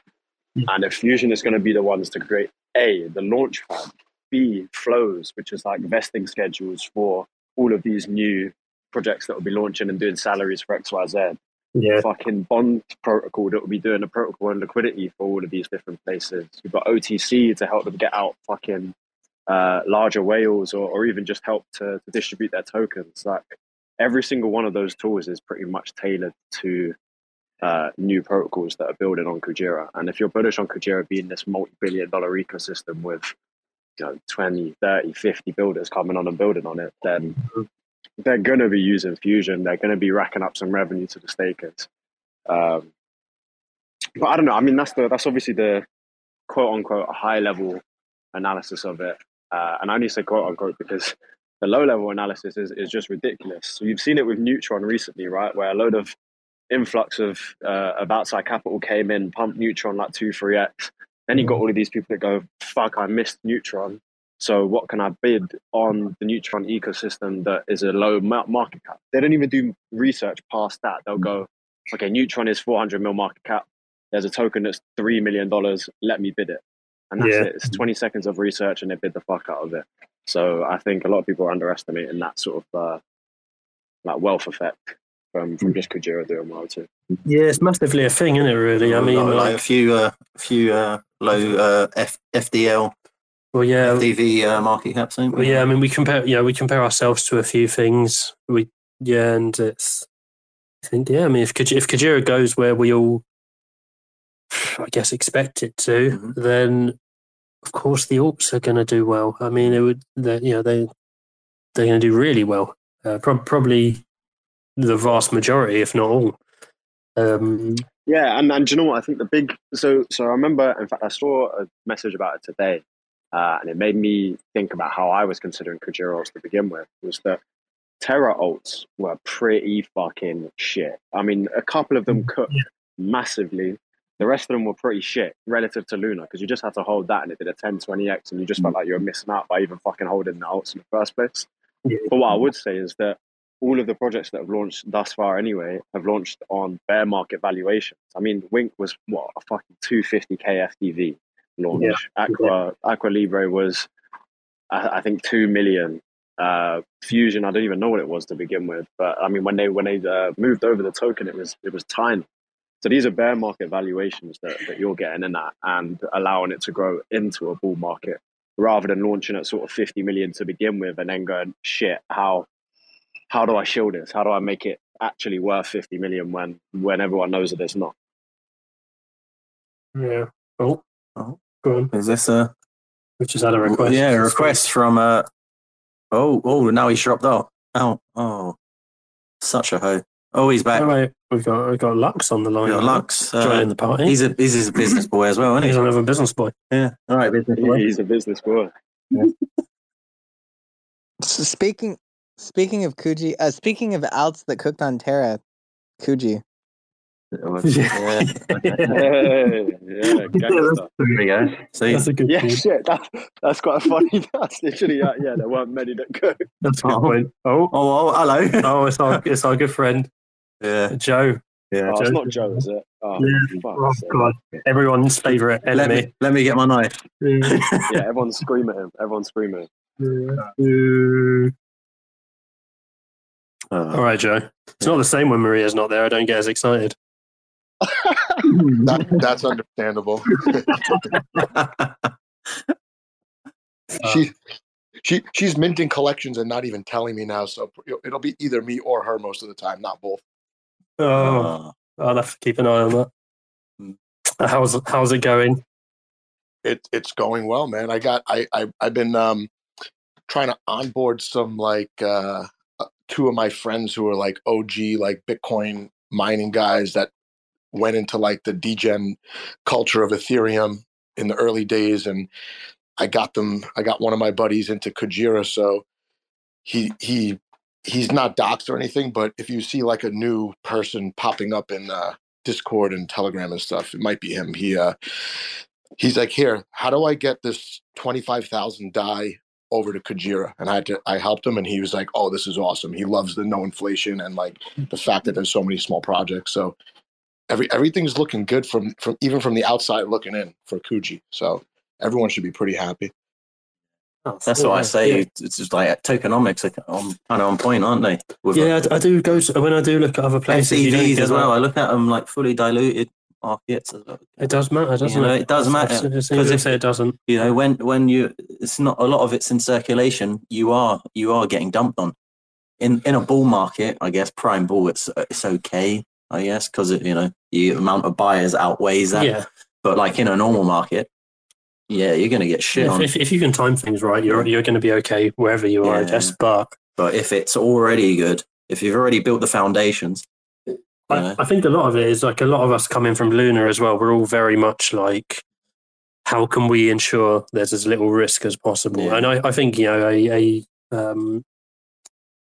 S5: Mm.
S4: And if Fusion is going to be the ones to create A, the launch pad, B, flows, which is like vesting schedules for all of these new projects that will be launching and doing salaries for XYZ,
S3: Yeah.
S4: fucking bond protocol that will be doing the protocol and liquidity for all of these different places. You've got OTC to help them get out fucking uh, larger whales or, or even just help to, to distribute their tokens. Like every single one of those tools is pretty much tailored to uh, new protocols that are building on Kujira. And if you're bullish on Kujira being this multi billion dollar ecosystem with you know, 20, 30, 50 builders coming on and building on it, then they're going to be using Fusion. They're going to be racking up some revenue to the stakers. Um, but I don't know. I mean, that's the that's obviously the quote unquote high level analysis of it, uh, and I only say quote unquote because the low level analysis is is just ridiculous. So you've seen it with Neutron recently, right? Where a load of influx of uh, of outside capital came in, pumped Neutron like two, three x. Then you got all of these people that go, "Fuck, I missed Neutron." So what can I bid on the Neutron ecosystem that is a low ma- market cap? They don't even do research past that. They'll go, okay, Neutron is 400 mil market cap. There's a token that's $3 million. Let me bid it. And that's
S3: Yeah.
S4: it. It's 20 seconds of research and they bid the fuck out of it. So I think a lot of people are underestimating that sort of uh, like wealth effect from, from just Kujira doing well too.
S3: Yeah, it's massively a thing, isn't it? Really, I mean,
S2: like,
S3: like,
S2: a few, uh, few uh, low uh, F- FDL,
S3: well, yeah,
S2: FDV uh, market caps, ain't
S3: well,
S2: we?
S3: yeah. I mean, we compare, yeah, we compare ourselves to a few things. We, yeah, and it's, I think, yeah. I mean, if Kaj- if Kajira goes where we all, I guess, expect it to,
S2: Mhm.
S3: then of course the Orcs are going to do well. I mean, it would, they, you know, they they're going to do really well. Uh, prob probably the vast majority, if not all. Um,
S4: Yeah, and, and do you know what? I think the big so so I remember. In fact, I saw a message about it today, uh, and it made me think about how I was considering Kujira alts to begin with. Was that Terra alts were pretty fucking shit. I mean, a couple of them cooked massively. The rest of them were pretty shit relative to Luna because you just had to hold that and it did a 10, 20x and you just felt like you were missing out by even fucking holding the alts in the first place.
S3: Yeah.
S4: But what I would say is that all of the projects that have launched thus far anyway have launched on bear market valuations. I mean, Wink was what a fucking 250k FDV launch. Aqua Aqua Libre was, I, I think, two million. Uh, Fusion, I don't even know what it was to begin with, but I mean, when they when they uh, moved over the token, it was it was tiny. So these are bear market valuations that, that you're getting in that and allowing it to grow into a bull market rather than launching at sort of 50 million to begin with and then going, shit, how how do I shield this? How do I make it actually worth 50 million when when everyone knows that it's not?
S3: yeah. Oh,
S2: Oh.
S3: go on.
S2: Is this a
S3: We've just had a request.
S2: Yeah, a request from uh oh oh now he's dropped out. Oh oh, such a hoe. Oh, he's back.
S3: Oh, wait, we've got we've got Lux on the line.
S2: We've got Lux. uh,
S3: joining the party. He's,
S2: he's a he's a business boy as well, isn't he?
S3: Oh, another business boy.
S2: Yeah. All right, business boy.
S4: He's a business boy.
S8: So speaking speaking of Kuji, uh, speaking of outs that cooked on Terra, Kuji.
S2: Yeah.
S3: Uh.
S4: Hey, yeah, gangster.
S5: There we go.
S2: See,
S3: a good
S4: yeah, shit. That, that's quite funny. That's literally uh, yeah. There weren't many that could.
S3: That's a
S2: Oh.
S3: good point. Oh,
S2: oh, oh hello.
S3: oh, it's our it's our good friend
S2: Yeah,
S3: Joe.
S2: yeah.
S4: Oh, it's not Joe, is it? Oh,
S3: Yeah.
S4: fuck's
S3: Oh
S4: sake.
S3: God, everyone's favorite
S2: Let
S3: enemy.
S2: me let me get my knife.
S4: Yeah, everyone's screaming at him. Everyone's screaming. at
S3: All
S2: Oh,
S3: right, Joe. It's not the same when Maria's not there. I don't get as excited.
S9: That, that's understandable. she, she, she's minting collections and not even telling me now. So it'll be either me or her most of the time, not both.
S3: Oh,
S2: Oh.
S3: I'll have to keep an eye on that.
S2: Hmm.
S3: How's how's it going?
S9: It, it's going well, man. I got I, I I've been um trying to onboard some like uh uh, two of my friends who are like OG like Bitcoin mining guys that went into like the degen culture of Ethereum in the early days and I got them I got one of my buddies into Kujira so he he he's not doxed or anything but if you see like a new person popping up in uh Discord and Telegram and stuff it might be him he uh he's like here how do I get this 25,000 die over to Kajira and I had to, I helped him and he was like,
S3: Mm.
S9: "Oh, this is awesome." He loves the no inflation and like the fact that there's so many small projects. So every everything's looking good from from even from the outside looking in for Kuji. So everyone should be pretty happy.
S2: That's what I say.
S3: Yeah.
S2: It's just like tokenomics are on, kind of on point, aren't they? With
S3: Yeah, I d- I do go to, when I do look at other places. you don't
S2: FCVs
S3: get
S2: as well.
S3: that.
S2: I look at them like fully diluted markets as well.
S3: It does matter, doesn't
S2: You know,
S3: it?
S2: it does matter,
S3: because
S2: 'cause
S3: if
S2: if-
S3: say it doesn't,
S2: You know, when when you, it's not a lot of it's in circulation. You are you are getting dumped on. In in a bull market, I guess prime bull, it's it's okay, I guess, because you know the amount of buyers outweighs that.
S3: yeah.
S2: But like in a normal market, yeah, you're gonna get shit
S3: If,
S2: on.
S3: if, if you can time things right, you're you're going to be okay wherever you are, I
S2: Yeah.
S3: guess. But
S2: But if it's already good, if you've already built the foundations, Yeah.
S3: I, I think a lot of it is like a lot of us coming from Luna as well. We're all very much like, how can we ensure there's as little risk as possible?
S2: Yeah.
S3: And I, I think you know a, a um,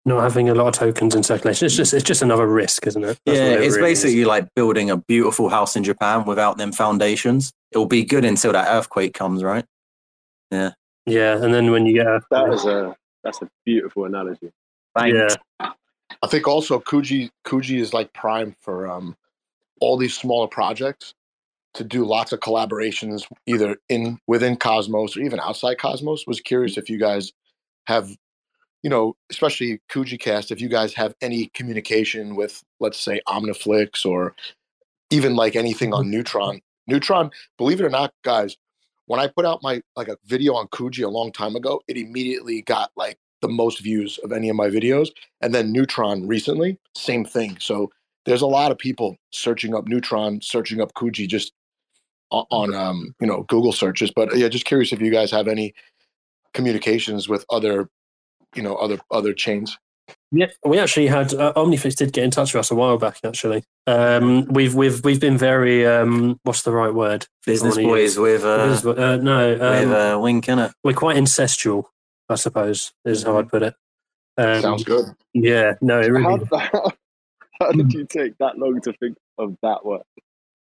S3: not having a lot of tokens in circulation. It's just it's just another risk, isn't it? That's
S2: yeah,
S3: what it
S2: it's
S3: really is.
S2: basically like building a beautiful house in Japan without them foundations. It'll be good until that earthquake comes, right?
S3: yeah. And then when you get a,
S4: That is a that's a beautiful analogy.
S3: yeah,
S9: I think also Kuji Kuji is like prime for um, all these smaller projects to do lots of collaborations either in within Cosmos or even outside Cosmos. Was curious if you guys have, you know, especially Kuji Cast, if you guys have any communication with, let's say, Omniflix or even like anything on Neutron. Neutron, believe it or not, guys, when I put out my like a video on Kuji a long time ago, it immediately got like the most views of any of my videos and then Neutron recently, same thing. So there's a lot of people searching up Neutron, searching up Kuji just o- on um, you know Google searches. But uh, yeah, just curious if you guys have any communications with other you know other other chains.
S3: Yeah, we actually had uh, Omnifix did get in touch with us a while back. Actually, um, we've we've we've been very um, what's the right word?
S2: Business
S3: Only-
S2: boys with uh,
S3: Because, uh, no, um,
S2: with a wink Mm. in it.
S3: we're quite incestual, I suppose, is how I'd put it. Um,
S9: Sounds good.
S3: Yeah, no, it
S4: How,
S3: really.
S4: did- how, how
S5: Hmm.
S4: did you take that long to think of that word?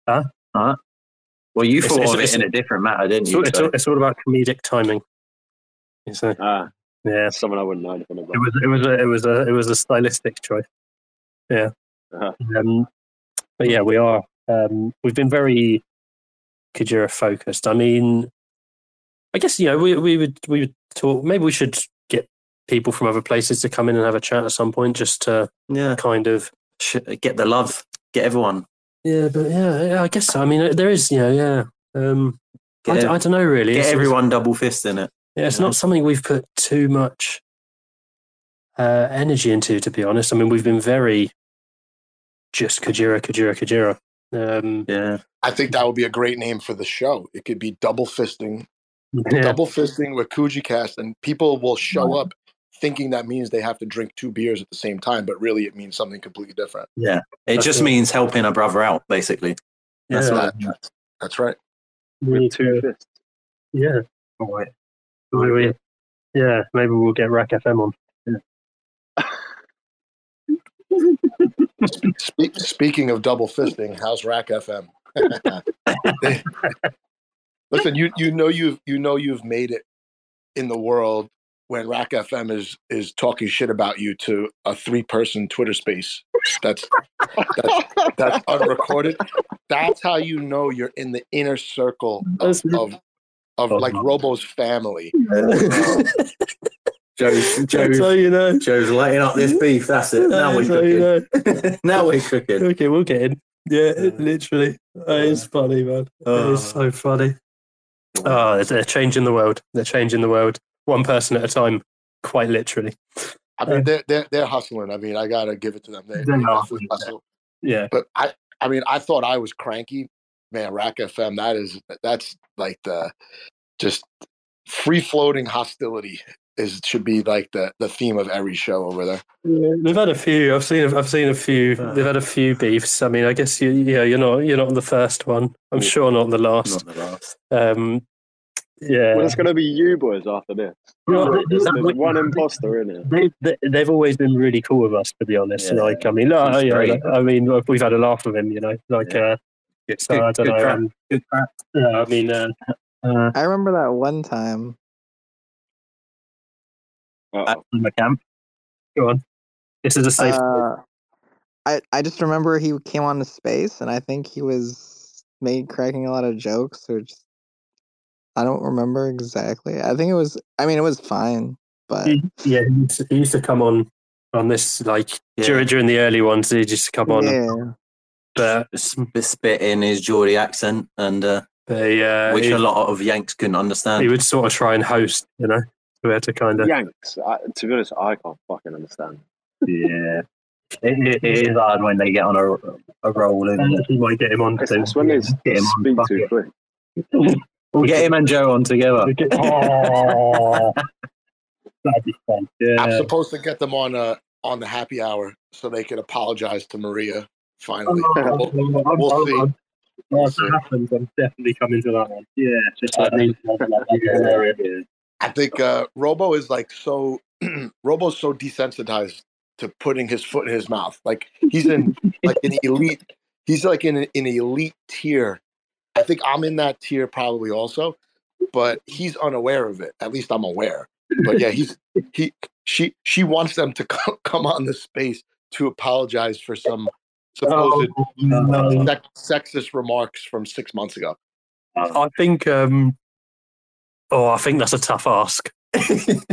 S2: Well, you
S3: It's-
S2: thought
S3: it's-
S2: of it
S3: it's-
S2: in a different matter, didn't
S3: It's
S2: you?
S3: all, it's,
S2: So-
S3: all, it's all about comedic timing. So,
S4: Ah,
S3: yeah,
S4: that's something I wouldn't know anything
S3: it
S4: about.
S3: was it was a it was a it was a stylistic choice. Yeah,
S4: Uh-huh.
S3: um, but yeah, we are. Um, we've been very Kajira focused. I mean, I guess you know we we would we would talk. Maybe we should get people from other places to come in and have a chat at some point, just to
S2: yeah,
S3: kind of
S2: Sh- get the love, get everyone.
S3: Yeah, but yeah, yeah, I guess so. I mean, uh, there is, you know, yeah. Um, I,
S2: Get ev-
S3: don't know really.
S2: Get
S3: It's- it's-
S2: everyone double fist in it.
S3: Yeah, it's not something we've put too much uh, energy into, to be honest. I mean, we've been very just Kajira, Kajira, Kajira. Um,
S2: Yeah,
S9: I think that would be a great name for the show. It could be double fisting,
S3: yeah,
S9: double fisting with Kuji Cast, and people will show up thinking that means they have to drink two beers at the same time, but really it means something completely different.
S2: it
S3: That's
S2: just
S3: it.
S2: means helping a brother out, basically. That's
S3: yeah,
S9: That- that's, that's right.
S3: we need to-
S4: fists.
S3: yeah.
S2: Oh,
S3: Maybe we- yeah, maybe we'll get Rack FM on.
S9: Spe- speaking of double fisting, how's Rack FM? Listen, you you know you've you know you've made it in the world when Rack FM is is talking shit about you to a three person Twitter space. That's that's that's unrecorded. That's how you know you're in the inner circle of of, of like Robo's family.
S2: Joe's
S3: That's how you know.
S2: Joe's lighting up this beef. That's it. Now we're
S3: That's how you
S2: cooking.
S3: know.
S2: now we're cooking.
S3: Okay, we'll get in. Yeah, it- literally. Uh, That is funny, man. That is so funny. Oh, they're- they're changing the world. They're changing the world. One person at a time, quite literally.
S9: I mean, they're they're, they're hustling. I mean, I gotta give it to them. They, they
S3: They're not
S9: definitely hustle.
S3: Yeah.
S9: But I, I mean, I thought I was cranky, man. Rack FM, that is, that's like the just free floating hostility is should be like the the theme of every show over there.
S3: They've had a few. I've seen. I've seen a few. They've had a few beefs. I mean, I guess you. Yeah, you're not. You're not the first one. I'm
S2: Yeah.
S3: sure not the last.
S2: Not the last.
S3: Um, yeah.
S4: Well, it's going to be you boys after this.
S3: Well,
S4: There's,
S3: that-
S4: there's one imposter in it.
S3: They, they, they've always been really cool with us, to be honest.
S2: Yeah.
S3: Like, I mean, no,
S2: He's
S3: you know,
S2: great.
S3: I mean, look, we've had a laugh with him, you know. Like, uh, so I don't
S2: good
S3: know.
S2: crap.
S3: Um, yeah, I mean, uh, uh,
S8: I remember that one time.
S4: Uh-oh.
S3: go on. This is a safe.
S8: Uh, I, I just remember he came on to space and I think he was made cracking a lot of jokes or just I don't remember exactly. I think it was I mean it was fine, but
S3: He- yeah, he used, to, he used to come on on this like
S2: Yeah.
S3: during, during the early ones. He used to come on,
S8: yeah.
S3: but,
S2: Sp- Spit in his Geordie accent, and uh,
S3: but yeah,
S2: which
S3: he,
S2: a lot of Yanks couldn't
S4: Um,
S2: understand.
S3: he would sort of try and host. You know, we had to kind of
S4: Yanks. I, to be honest, I can't fucking understand.
S5: Yeah. It, it, it is hard when they get on a, a roll, isn't it?
S3: you might get him on.
S4: It's,
S3: to-
S4: it's when they s-
S5: Get him on,
S4: speak
S5: fuck
S4: too
S5: it.
S4: quick.
S5: We'll get him and Joe on together.
S3: We get-
S5: Oh, that'd be fun.
S9: I'm
S5: Yeah.
S9: supposed to get them on uh on the happy hour so they can apologize to Maria finally.
S3: Oh,
S9: We'll- we'll see. We'll
S3: if
S9: see.
S3: it happens, I'm definitely coming to that one.
S5: Yeah, just
S3: I
S5: like
S3: need
S5: yeah.
S9: I think uh, Robo is like so. Robo's so desensitized to putting his foot in his mouth. Like he's in like an elite. He's like in an, an elite tier. I think I'm in that tier probably also, but he's unaware of it. At least I'm aware. But yeah, he's he she she wants them to come, come on the space to apologize for some supposed
S3: no.
S9: sex, sexist remarks from six months ago.
S3: I think. Um, oh, I think that's a tough ask.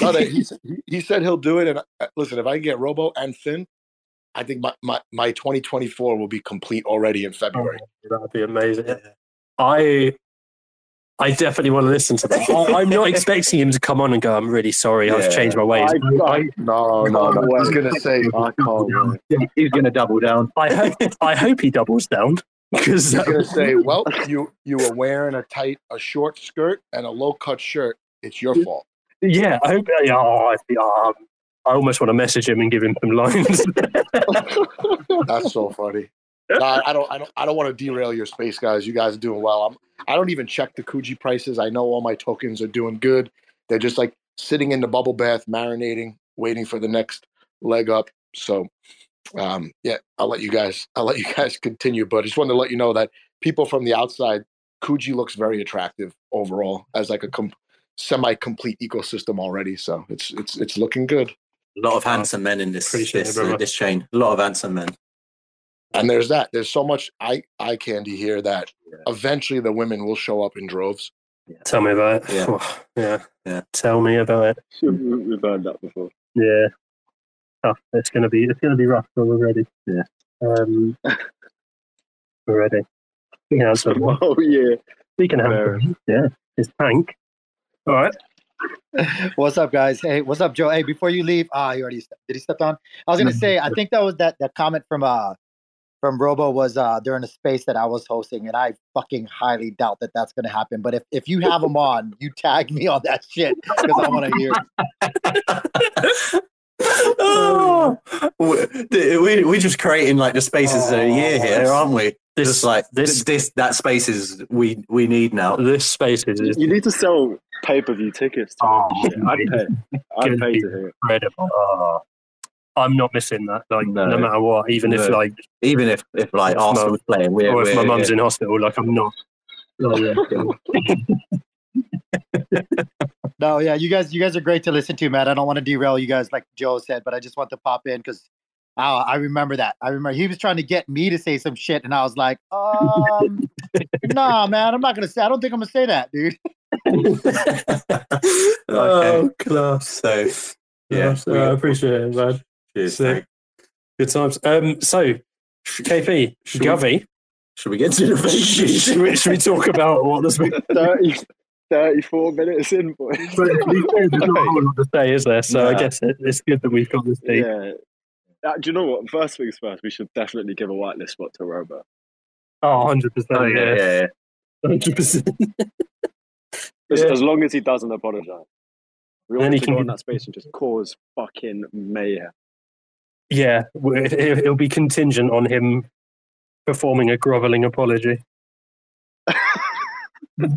S9: No, they- he, s- he- he said he'll do it. And uh, listen, if I can get Robo and Finn, I think my, my, my 2024 will be complete already in February.
S3: Oh, That'd be amazing. I I definitely want to listen to that. I, I'm not expecting him to come on and go. I'm really sorry.
S2: Yeah.
S3: I've changed my
S4: I,
S3: ways.
S4: I, no,
S9: No,
S4: no.
S9: I was gonna say,
S4: I can't. wait.
S5: He's going to double down.
S3: I hope I hope he doubles down because
S9: I was gonna say, well, you you were wearing a tight, a short skirt and a low cut shirt. It's your fault.
S3: yeah, I hope. yeah, Oh, I, think, oh, I almost want to message him and give him some lines.
S9: That's so funny. No, I, I don't, I don't, I don't want to derail your space, guys. You guys are doing well. I'm, I don't even check the Kuji prices. I know all my tokens are doing good. They're just like sitting in the bubble bath, marinating, waiting for the next leg up. So, um, yeah, I'll let you guys, I'll let you guys continue. But I just wanted to let you know that people from the outside, Kuji looks very attractive overall as like a com- semi-complete ecosystem already. So it's, it's, it's looking good.
S2: A lot of handsome men in this
S3: Appreciate it,
S2: this,
S3: brother.
S2: uh, this chain. A lot of handsome men.
S9: and there's that there's so much eye eye candy here that eventually the women will show up in droves
S3: Tell me about it.
S2: Yeah.
S3: Oh, yeah.
S2: Yeah.
S3: Tell me about it.
S4: Shit, we- We've heard that before.
S3: Yeah. Tough. It's gonna be it's gonna be rough but we're ready.
S5: Yeah.
S3: Um we're ready. We can have some
S4: Oh yeah.
S3: we can have
S4: Fair.
S3: some. yeah. It's tank. All right.
S10: What's up, guys? Hey, what's up, Joe? Hey, before you leave, ah, you already ste- did he step on? I was gonna
S3: No.
S10: say, I think that was that that comment from uh from Robo was uh during a space that I was hosting, and I fucking highly doubt that that's gonna happen. But if if you have him on, you tag me on that shit because I want to hear.
S3: Ah!
S2: oh, we, we- we're just creating like the spaces of the year here, aren't we?
S3: This-
S2: just like
S3: this-
S2: this, this that space is we we need now.
S3: This space is, is
S4: You need to sell pay per view tickets. To
S3: Oh,
S4: shit. I'd pay. I'd pay to hear it.
S3: incredible.
S5: Oh,
S3: I'm not missing that, like no,
S2: No.
S3: matter what, even if
S2: No.
S3: like
S2: Even if if like
S3: If my-
S2: Arsenal's playing, we're,
S3: or if my
S2: we're-
S3: mum's in hospital, like I'm not. Oh, yeah.
S10: No, yeah, you guys, you guys are great to listen to, man. I don't want to derail you guys, like Joe said, but I just want to pop in because I remember that. I remember he was trying to get me to say some shit, and I was like, um, nah, man, I'm not gonna say. I don't think I'm gonna say that, dude.
S2: okay.
S3: Oh, class.
S2: So yeah,
S3: Class. Uh, I appreciate it, man.
S2: we-
S3: so-
S2: thank-
S3: Good times. Um, so, KP,
S2: Should we-
S3: Govey,
S2: should we get to the
S3: should
S2: vacation?
S3: we, should we talk about what this week?
S4: 30, 34 minutes in, boys.
S3: There's not a whole lot to say, is there? So I
S2: No.
S3: guess it, it's good that we've got this deep.
S4: yeah. Uh, do you know what? First things first, we should definitely give a whitelist spot to Robo.
S3: Oh, 100%.
S5: oh, yeah,
S3: yeah.
S5: yeah, yeah.
S3: 100%.
S4: As,
S3: Yeah.
S4: as long as he doesn't apologize. We
S3: Then
S4: want
S3: he
S4: him to
S3: can-
S4: go on that space and just cause fucking mayhem.
S3: Yeah, we- it, it'll be contingent on him performing a groveling apology. No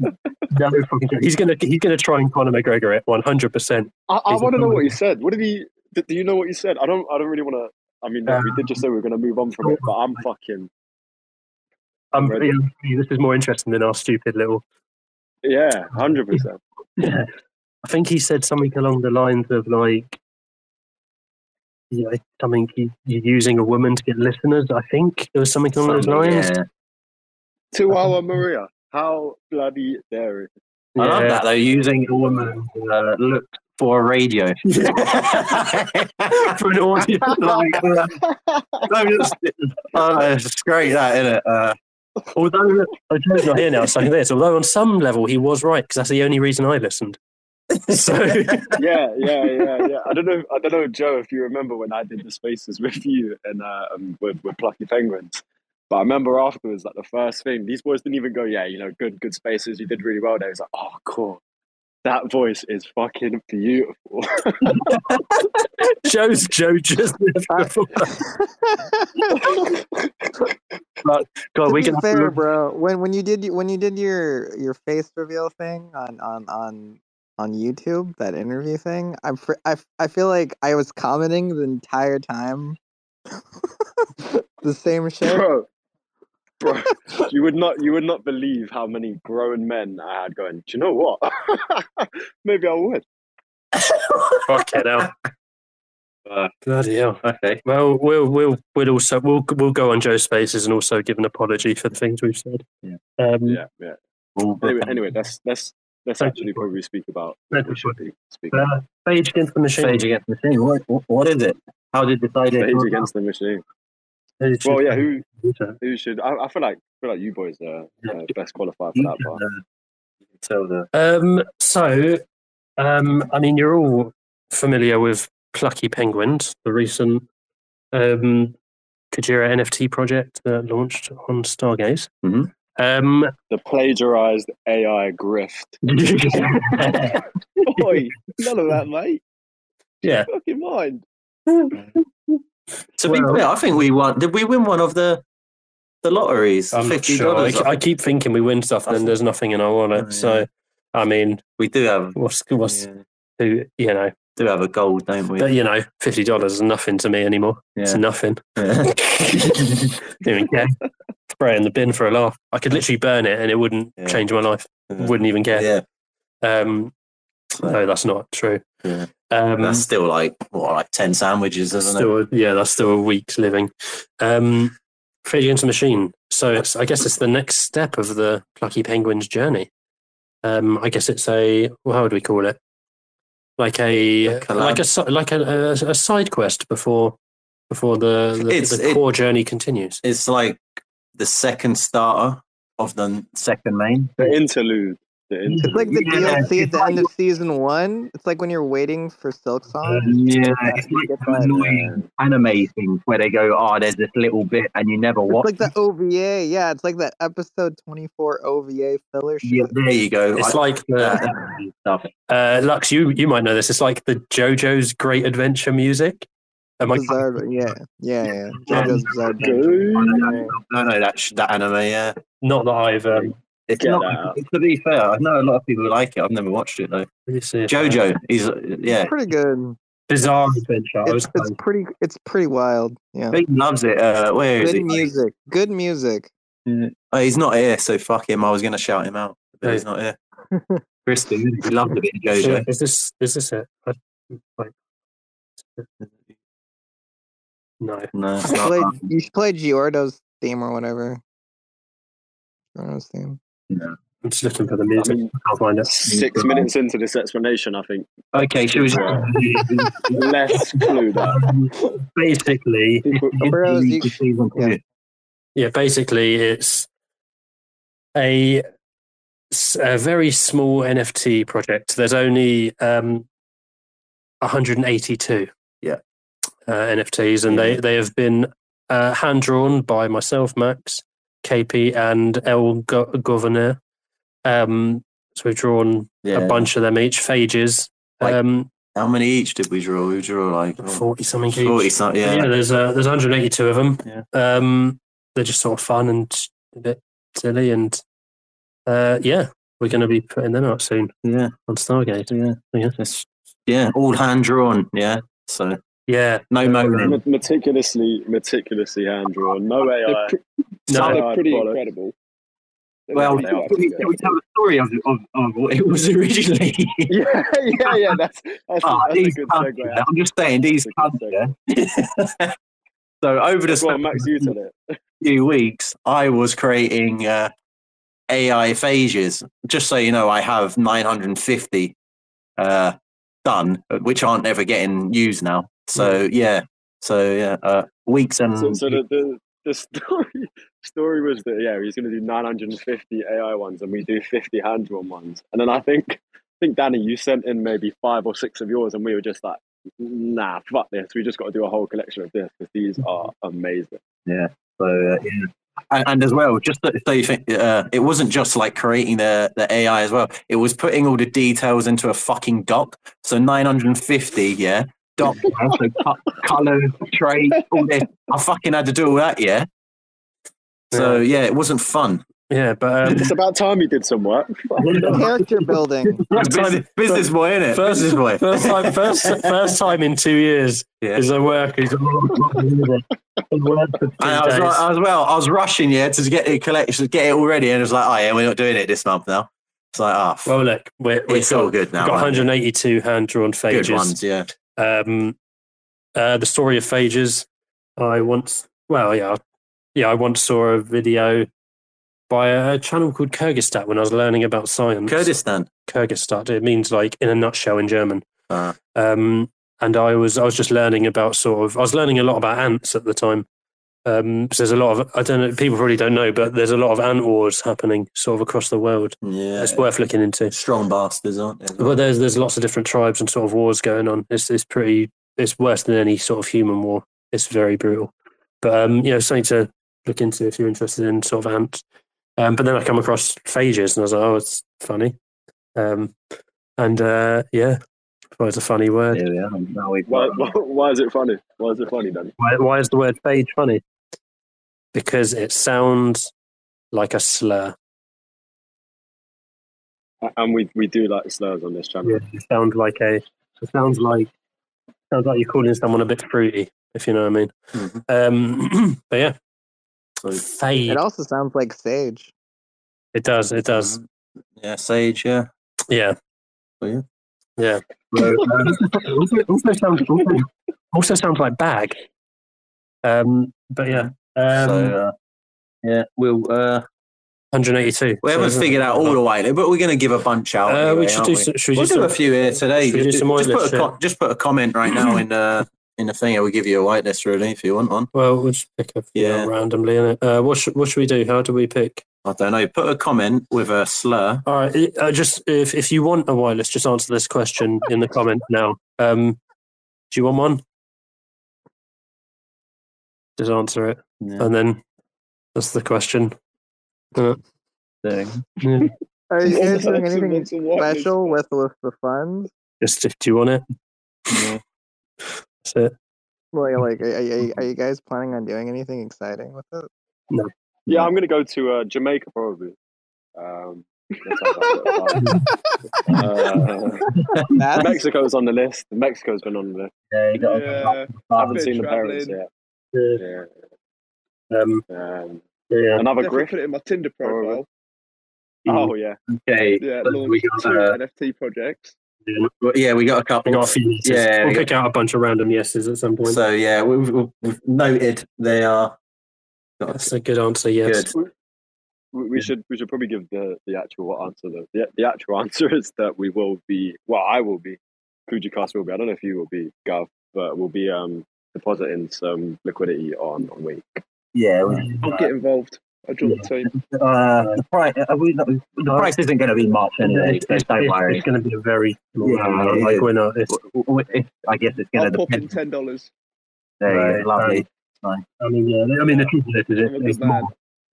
S3: fucking joke. He's gonna he's gonna try and Conor McGregor it one hundred percent.
S4: I, I
S3: He's
S4: want to
S3: not
S4: know what
S3: gonna-
S4: he said. What did he? Do, do you know what he said? I don't. I don't really want to. I mean, we did just say we were going to move on from it, but I'm fucking
S3: Um,
S4: Ready.
S3: this is more interesting than our stupid little.
S4: yeah, hundred percent.
S3: Yeah, I think he said something along the lines of like, you know, something you- you're using a woman to get listeners. I think there was something along those
S2: Something,
S3: lines.
S2: yeah.
S4: Chihuahua Maria. How bloody dare
S2: I love
S3: Yeah.
S2: that though. Using a woman uh, looked for a radio for an audio. Like, uh, I'm just- uh, it's great that isn't it? Uh,
S3: Although uh, Joe's not here now, so I can say this. Although on some level he was right because that's the only reason I listened. So
S4: yeah, yeah, yeah, yeah. I don't know. I don't know, Joe, if you remember when I did the spaces with you and uh, um, with, with Plucky Penguins. But I remember afterwards, like the first thing, these boys didn't even go, "Yeah, you know, good, good spaces. You did really well." They was like, "Oh, cool. That voice is fucking beautiful."
S3: Joe's Joe just But, God,
S8: to
S3: we
S8: be
S3: can
S8: fair, bro. When when you did when you did your your face reveal thing on on on on YouTube, that interview thing, I'm fr- I f- I feel like I was commenting the entire time. the same shit.
S4: bro, bro, you would not, you would not believe how many grown men I had going. Do you know what? Maybe I would.
S3: fuck it out.
S2: Uh,
S3: Bloody hell.
S2: okay.
S3: Well, we'll we'll we'll also we'll we'll go on Joe's faces and also give an apology for the things we've said.
S2: Yeah.
S3: Um,
S4: Yeah, yeah. Anyway, anyway, that's that's that's actually probably speak about.
S3: That's
S4: what we should be speaking.
S3: Uh, Rage Against the Machine.
S2: Stage against the machine. What, what- what is it? How did this idea?
S4: Stage
S2: come about?
S4: against the machine.
S3: It should
S4: Well, yeah.
S3: be
S4: Who
S3: better.
S4: who should? I, I feel like I feel like you boys are uh, best qualified for
S2: You
S4: that. But
S2: can, uh, you can tell the
S3: Um, so, um, I mean, you're all familiar with Plucky Penguins, the recent um, Kajira NFT project that launched on Stargaze.
S2: Mhm.
S3: Um,
S4: the plagiarized AI grift.
S6: Oi, none of that, mate.
S3: Yeah.
S6: Fucking mind.
S2: To be
S3: Well-
S2: fair, I think we won. Did we win one of the the lotteries? The
S3: I'm not
S2: Fifty
S3: sure. I,
S2: dollars.
S3: I keep thinking we win stuff, and then there's nothing in our wallet.
S2: Oh, yeah.
S3: So, I mean,
S2: we do have
S3: what's what's
S2: yeah,
S3: who you know?
S2: do have a goal, don't we?
S3: But you know, fifty dollars is nothing to me anymore. It's
S2: Yeah.
S3: nothing.
S2: Yeah.
S3: Don't even care. Throw it in the bin for a laugh. I could literally burn it, and it wouldn't
S2: Yeah.
S3: change my life. Wouldn't even care.
S2: yeah.
S3: Um, no, that's not true.
S2: Yeah.
S3: Um,
S2: That's still like what, like ten sandwiches, isn't it?
S3: still, yeah, that's still a week's living. Um, Fridge against the machine. So it's, I guess it's the next step of the Plucky Penguin's journey. Um, I guess it's a well, how would we call it? Like a,
S2: A collab.
S3: like a si- like a, a, a side quest before before the the,
S2: It's-
S3: the
S2: it-
S3: core journey continues.
S2: It's like the second starter of the second main.
S4: The interlude. The
S8: It's
S4: interlude.
S8: like the
S2: Yeah,
S8: DLC at
S2: it's
S8: the
S2: like-
S8: end of season one. It's like when you're waiting for Silk Song.
S2: Yeah, it's
S8: you
S2: like
S8: get
S2: some
S8: that,
S2: annoying anime things where they go, "Oh, there's this little bit, and you never
S8: It's
S2: watch."
S8: like the OVA. Yeah, it's like that episode 24 OVA filler shit.
S2: yeah, there you go.
S3: It's
S2: I-
S3: like the
S2: that stuff.
S3: uh, Lux. You you might know this. It's like the JoJo's Great Adventure music. Am I
S8: Bizarre, yeah, yeah, yeah.
S2: Yeah.
S8: JoJo's Bizarre Adventure.
S2: I
S4: Go
S2: don't know, I don't know that sh- that anime. Yeah,
S3: not that I've um,
S2: it's
S4: Get that
S2: not.
S4: out.
S2: To be fair, I know a lot of people like it. I've never watched it though.
S3: let me see if I-
S2: JoJo is yeah,
S8: It's pretty good.
S3: bizarre adventure. I was
S8: It's, it's
S3: like,
S8: pretty. It's pretty wild. Yeah.
S2: Big loves it. Uh, where is
S8: Good
S2: he?
S8: music. Good music.
S2: Oh, he's not here, so fuck him. I was gonna shout him out, but he's not here. Kristen, he loved a bit of
S3: shit,
S2: JoJo.
S3: is this is this it? I, mm, like, no,
S2: No, it's
S8: You should, play,
S2: not.
S8: you should play Giordo's theme or whatever. Giordo's theme.
S3: I'm just looking for the
S4: I
S3: music.
S4: mean,
S3: I can't find it.
S4: six minutes into this explanation, I think
S2: Okay, she was
S4: less clued up.
S3: Um, basically,
S4: People,
S8: Bros, you- yeah.
S3: yeah, basically, it's a s- a very small NFT project. There's only um, 182.
S2: Yeah.
S3: Uh, NFTs, and they they have been uh, hand drawn by myself, Max, KP, and El Go- Governor. Um, so we've drawn
S2: yeah.
S3: a bunch of them each, phages,
S2: Like-
S3: um,
S2: How many each did we draw? We drew like oh,
S3: forty something each.
S2: forty something.
S3: yeah.
S2: Yeah.
S3: there's uh, there's 182 of them.
S2: Yeah.
S3: Um, they're just sort of fun and a bit silly, and uh, yeah, we're going to be putting them out soon
S2: yeah,
S3: on Stargate.
S2: yeah,
S3: Yeah,
S2: It's- yeah, all hand drawn. Yeah, so
S3: yeah.
S2: no moaning.
S4: me- meticulously, meticulously hand drawn. No AI.
S6: They're, pre-
S3: No,
S4: Solid
S6: they're pretty
S4: bollocks.
S6: incredible.
S5: Well,
S4: they are
S5: can we,
S4: pretty
S5: can we tell the story of, of, of what it was originally?
S4: yeah, yeah, yeah. That's that's,
S5: Ah,
S4: a, that's a
S5: these
S4: good
S5: cunts,
S4: segue.
S5: yeah. I'm just saying, these cunts, yeah. so over the
S4: Go on,
S5: span
S4: Max, you tell it.
S2: few weeks, I was creating uh, AI phages. Just so you know, I have 950 uh, done, which aren't ever getting used now. So yeah, so yeah, uh, weeks and
S4: Hmm. So, so the, the the story story was that yeah, he's going to do 950 AI ones, and we do 50 hand-drawn ones. And then I think I think Danny, you sent in maybe five or six of yours, and we were just like, nah, fuck this. We just got to do a whole collection of this because these are amazing.
S2: So uh, yeah. and, and as well, just so- so you think, uh, it wasn't just like creating the the AI as well. It was putting all the details into a fucking doc. So 950, yeah, doc, man, so co- color, tray, all this. I fucking had to do all that, yeah. So yeah, it wasn't fun.
S3: Yeah, but um,
S4: It's about time you did some work.
S8: Character building.
S3: First time-
S2: business, business boy, innit?
S3: first-
S2: business boy.
S3: first time, first first time in two years
S2: Yeah.
S3: is a work. He's on work for two
S2: And I was,
S3: days.
S2: ru- I was well. I was rushing, yeah, to get the collection, get it already, and it was like, oh yeah, we're not doing it this month now. It's like, ah, f-
S3: Well, look, we're, we've
S2: it's all
S3: got,
S2: good now.
S3: got
S2: man.
S3: 182 hand drawn
S2: good
S3: phages.
S2: ones, yeah.
S3: um, uh, the story of phages. I once, well, yeah, yeah, I once saw a video by a channel called Kyrgyzstat when I was learning about science.
S2: Kurdistan.
S3: Kyrgyzstat. It means like in a nutshell in German.
S2: Uh,
S3: Um, and I was I was just learning about sort of I was learning a lot about ants at the time. Um, so there's a lot of I don't know people probably don't know, but there's a lot of ant wars happening sort of across the world.
S2: yeah,
S3: It's worth looking into.
S2: strong bastards, aren't they? as well?
S3: Well, there's there's lots of different tribes and sort of wars going on. It's it's pretty it's worse than any sort of human war. It's very brutal. But um, you know, something to look into if you're interested in sort of ants. Um, but then I come across phages and I was like, oh, it's funny. Um, and uh, yeah, well, it's a funny word.
S5: Here we are. Now we've
S4: Why,
S5: got,
S4: why, why is it funny? Why is it funny, Danny?
S3: Why, why is the word phage funny? Because it sounds like a slur.
S4: And we we do like slurs on this channel.
S3: Yeah, it sounds like a. It sounds like sounds like you're calling someone a bit fruity, if you know what I mean. Um, but yeah, fade.
S8: It also sounds like Sage.
S3: It does. It does.
S2: Mhm. Yeah, Sage. Yeah,
S3: Yeah.
S2: Oh, yeah.
S3: Yeah. um, also, also sounds also, also sounds like bag. Um, but yeah. Um,
S2: so uh, yeah, we'll uh,
S3: 182.
S2: we
S3: So
S2: haven't
S3: isn't
S2: figured
S3: it?
S2: out all the way, but we're going to give a bunch out.
S3: Uh,
S2: anyway,
S3: we should
S2: aren't
S3: do.
S2: we?
S3: Some, should we
S2: We'll
S3: do
S2: do
S3: some,
S2: a few here today.
S3: should we do
S2: Just,
S3: some
S2: just
S3: whitelist
S2: put a
S3: shit?
S2: com- just put a comment right now in the in the thing, and we'll give you a whitelist really if you want one.
S3: Well, we'll just pick a few
S2: Yeah.
S3: out randomly. innit? Uh, what should what should we do? How do we pick?
S2: I don't know. Put a comment with a slur.
S3: All right. Uh, just if if you want a wireless, just answer this question in the comment now. Um, do you want one? Just answer it,
S2: Yeah.
S3: and then that's the question.
S5: thing.
S3: Yeah.
S8: Are you guys
S4: What's-
S8: doing anything
S4: what's a whitelist?
S8: special with with the funds?
S3: Just if do you want it. That's it.
S8: Like, like are, are, you- are you guys planning on doing anything exciting with it?
S4: Yeah, I'm going to go to uh, Jamaica probably. Um, that sounds like a bit of fun. Uh,
S8: That's
S4: Mexico's on the list. Mexico's been on the list.
S5: Yeah, you got
S6: Yeah,
S4: I
S6: Bit
S4: haven't
S6: of
S4: seen the parents
S6: travelling.
S4: yet. Yeah.
S3: Um,
S4: Um,
S3: yeah.
S4: another
S6: definitely
S4: Griff.
S6: put it in my Tinder profile.
S4: Oh yeah.
S5: okay.
S6: Yeah,
S5: so we
S6: launch two
S5: got, uh,
S6: NFT projects.
S2: Well, yeah, we got a
S3: We
S2: couple.
S3: got a few yeses.
S2: Yeah,
S3: we'll
S2: we
S3: pick out a bunch of random yeses at some point.
S2: so yeah, we've, we've- we've noted they are
S3: That's a good answer. Yes.
S2: good.
S4: We, we should we should probably give the, the actual answer though. The, the actual answer is that we will be well, I will be, Kujicast will be. I don't know if you will be, Gav, but we'll be um depositing some liquidity on on week.
S5: Yeah, we,
S6: I'll get involved. I'll join the team.
S5: uh, the price. Are we not, the price isn't going to be much anyway,
S3: It's,
S5: so don't worry.
S3: going to be a very small
S5: Yeah,
S3: amount,
S5: it
S3: like
S5: is.
S3: we're not. It's,
S5: W- w- it's- I guess it's going
S6: I'll
S5: to
S6: pop in
S5: depend.
S6: ten dollars.
S5: There you go,
S3: Right,
S5: Lovely.
S3: I mean, yeah. I mean, the truth of it is,
S6: I'm a
S3: it,
S6: good
S3: it's more,
S6: man.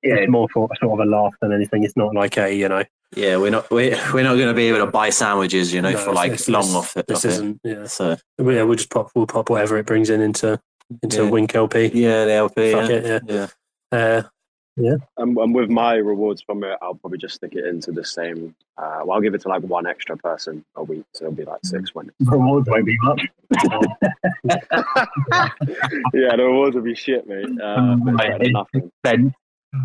S3: yeah, it's more for sort of a laugh than anything. It's not like a you know.
S2: Yeah, we're not we're, we're not going to be able to buy sandwiches, you know,
S3: No,
S2: for like
S3: this-
S2: long
S3: this-
S2: off it.
S3: This
S2: off it.
S3: isn't. Yeah.
S2: So
S3: Well, yeah, we'll just pop. We'll pop whatever it brings in into into
S2: Yeah.
S3: Wink LP.
S2: yeah, the LP.
S3: Fuck
S2: yeah.
S3: it. Yeah.
S2: Yeah.
S3: Uh,
S4: And, and with my rewards from it, I'll probably just stick it into the same. Uh, well, I'll give it to like one extra person a week, so it'll be like six winners.
S5: Rewards won't be much.
S3: Oh,
S4: yeah, the rewards will be shit, mate. Uh, but it's better than Um, nothing.
S5: Then,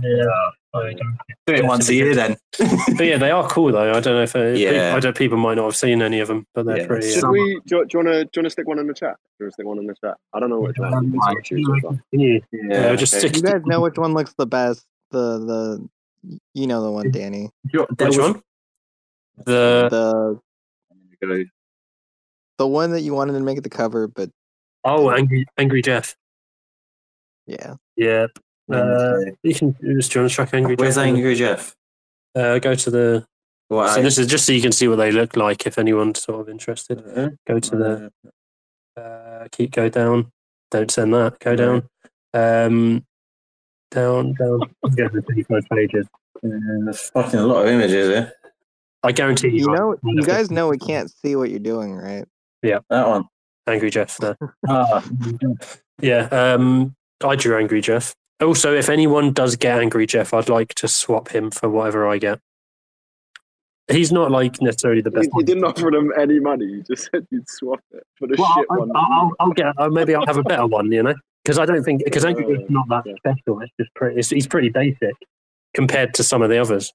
S5: yeah,
S3: I don't
S2: Do it once a year then.
S3: but yeah, they are cool though. I don't know if uh,
S2: Yeah.
S3: I don't, people might not have seen any of them, but they're
S2: Yeah.
S3: pretty.
S4: Should
S3: uh,
S4: we? Do, do you want to? Do you want to stick one in the chat? Do you want to stick one in the chat? I don't know which one. You can sort of choose which one.
S3: yeah,
S2: Yeah,
S3: they'll just
S2: okay.
S3: stick.
S8: You guys know which one looks the best. The the you know the one, Danny.
S2: There
S3: Which
S2: was-
S3: one? The
S8: The
S5: Go.
S8: the one that you wanted to make it the cover, but
S3: oh, angry, angry Jeff.
S8: yeah.
S3: Yeah, uh,
S2: Wednesday.
S3: you can just do you want to track angry.
S2: Where's
S3: Jeff?
S2: Angry Jeff?
S3: Uh, go to the.
S2: Well,
S3: So
S2: I-
S3: this is just so you can see what they look like. If anyone's sort of interested,
S2: Uh,
S3: go to the. Uh, keep go down. Don't send that. Go
S2: No.
S3: down. Um, down, down. Get the 25 pages.
S2: there's fucking a lot of images here.
S3: I guarantee you.
S8: You know
S3: I-
S8: you guys know we can't see what you're doing, right?
S2: That one.
S3: Angry Jeff. There.
S2: Ah,
S3: Yeah. Um, I drew Angry Jeff. Also, if anyone does get Angry Jeff, I'd like to swap him for whatever I get. He's not like necessarily the best.
S4: You, you didn't offer them any money. You just said you'd swap it for the
S3: Well,
S4: shit
S3: I'll,
S4: one.
S3: I'll, I'll, I'll get. Uh, maybe I'll have a better one. You know, because I don't think because Angry
S4: Yeah,
S3: Jeff's not that
S4: yeah.
S3: special. It's just pretty. It's, he's pretty basic compared to some of the others.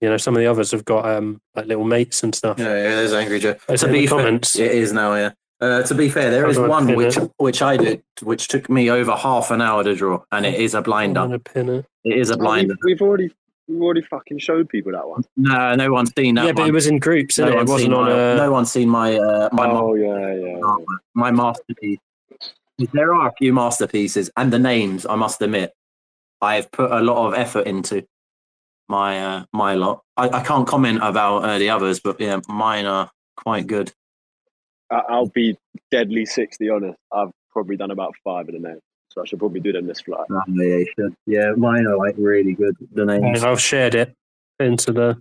S3: You know, some of the others have got um like little mates and stuff.
S2: yeah, yeah, there's Angry Jeff.
S3: It's
S2: To
S3: in the
S2: be fair-
S3: comments.
S2: it is now, yeah. Uh, to be fair, there
S3: I'll
S2: is
S3: go and
S2: one
S3: pin
S2: which
S3: it.
S2: which I did, which took me over half an hour to draw, and it is a
S3: I'm
S2: blinder.
S3: gonna pin it.
S2: It is a
S4: Oh,
S2: blinder.
S4: we've, we've already we've already fucking showed people that one.
S2: No, no one's seen that
S3: yeah, but
S2: one.
S3: it was in groups.
S2: no,
S3: innit? it
S2: one's seen
S3: wasn't on
S2: my,
S3: a.
S2: no one's seen my uh, my
S4: oh yeah, yeah. yeah.
S2: ma- my masterpiece. There are a few masterpieces, and the names I must admit, I've put a lot of effort into my uh, my lot. I, I can't comment about uh, the others, but yeah, mine are quite good.
S4: I, I'll be deadly sixty honest. I've probably done about five of the names, so I should probably do them this flight.
S2: yeah, mine are like really good. The names.
S3: And I've shared it into the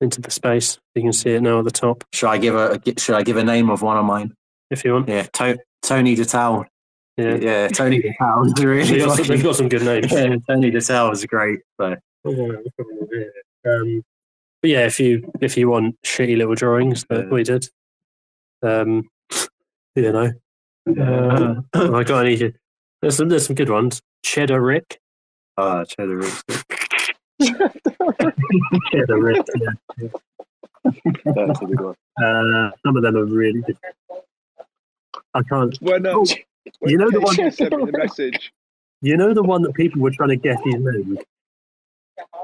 S3: into the space. You can see it now at the top
S2: Should I give a Should I give a name of one of mine?
S3: if you want.
S2: Yeah, to- Tony DeTowel.
S3: Yeah,
S2: Yeah, Tony DeTowel is really.
S3: They've, got some,
S2: fucking-
S3: they've got some good names.
S2: yeah, Tony DeTowel is great. So
S3: um, but yeah, if you if you want shitty little drawings that
S2: Yeah.
S3: we did, um, you know, uh, I got any. There's some, there's some good ones. Cheddar Rick.
S2: ah, Cheddar Rick.
S3: Cheddar Rick. yeah.
S4: That's a good one.
S3: Uh, some of them are really. Good. I can't. Oh,
S6: When, uh, when
S3: You know the one-
S6: Keisha sent me the message.
S3: You know the one that people were trying to guess his name.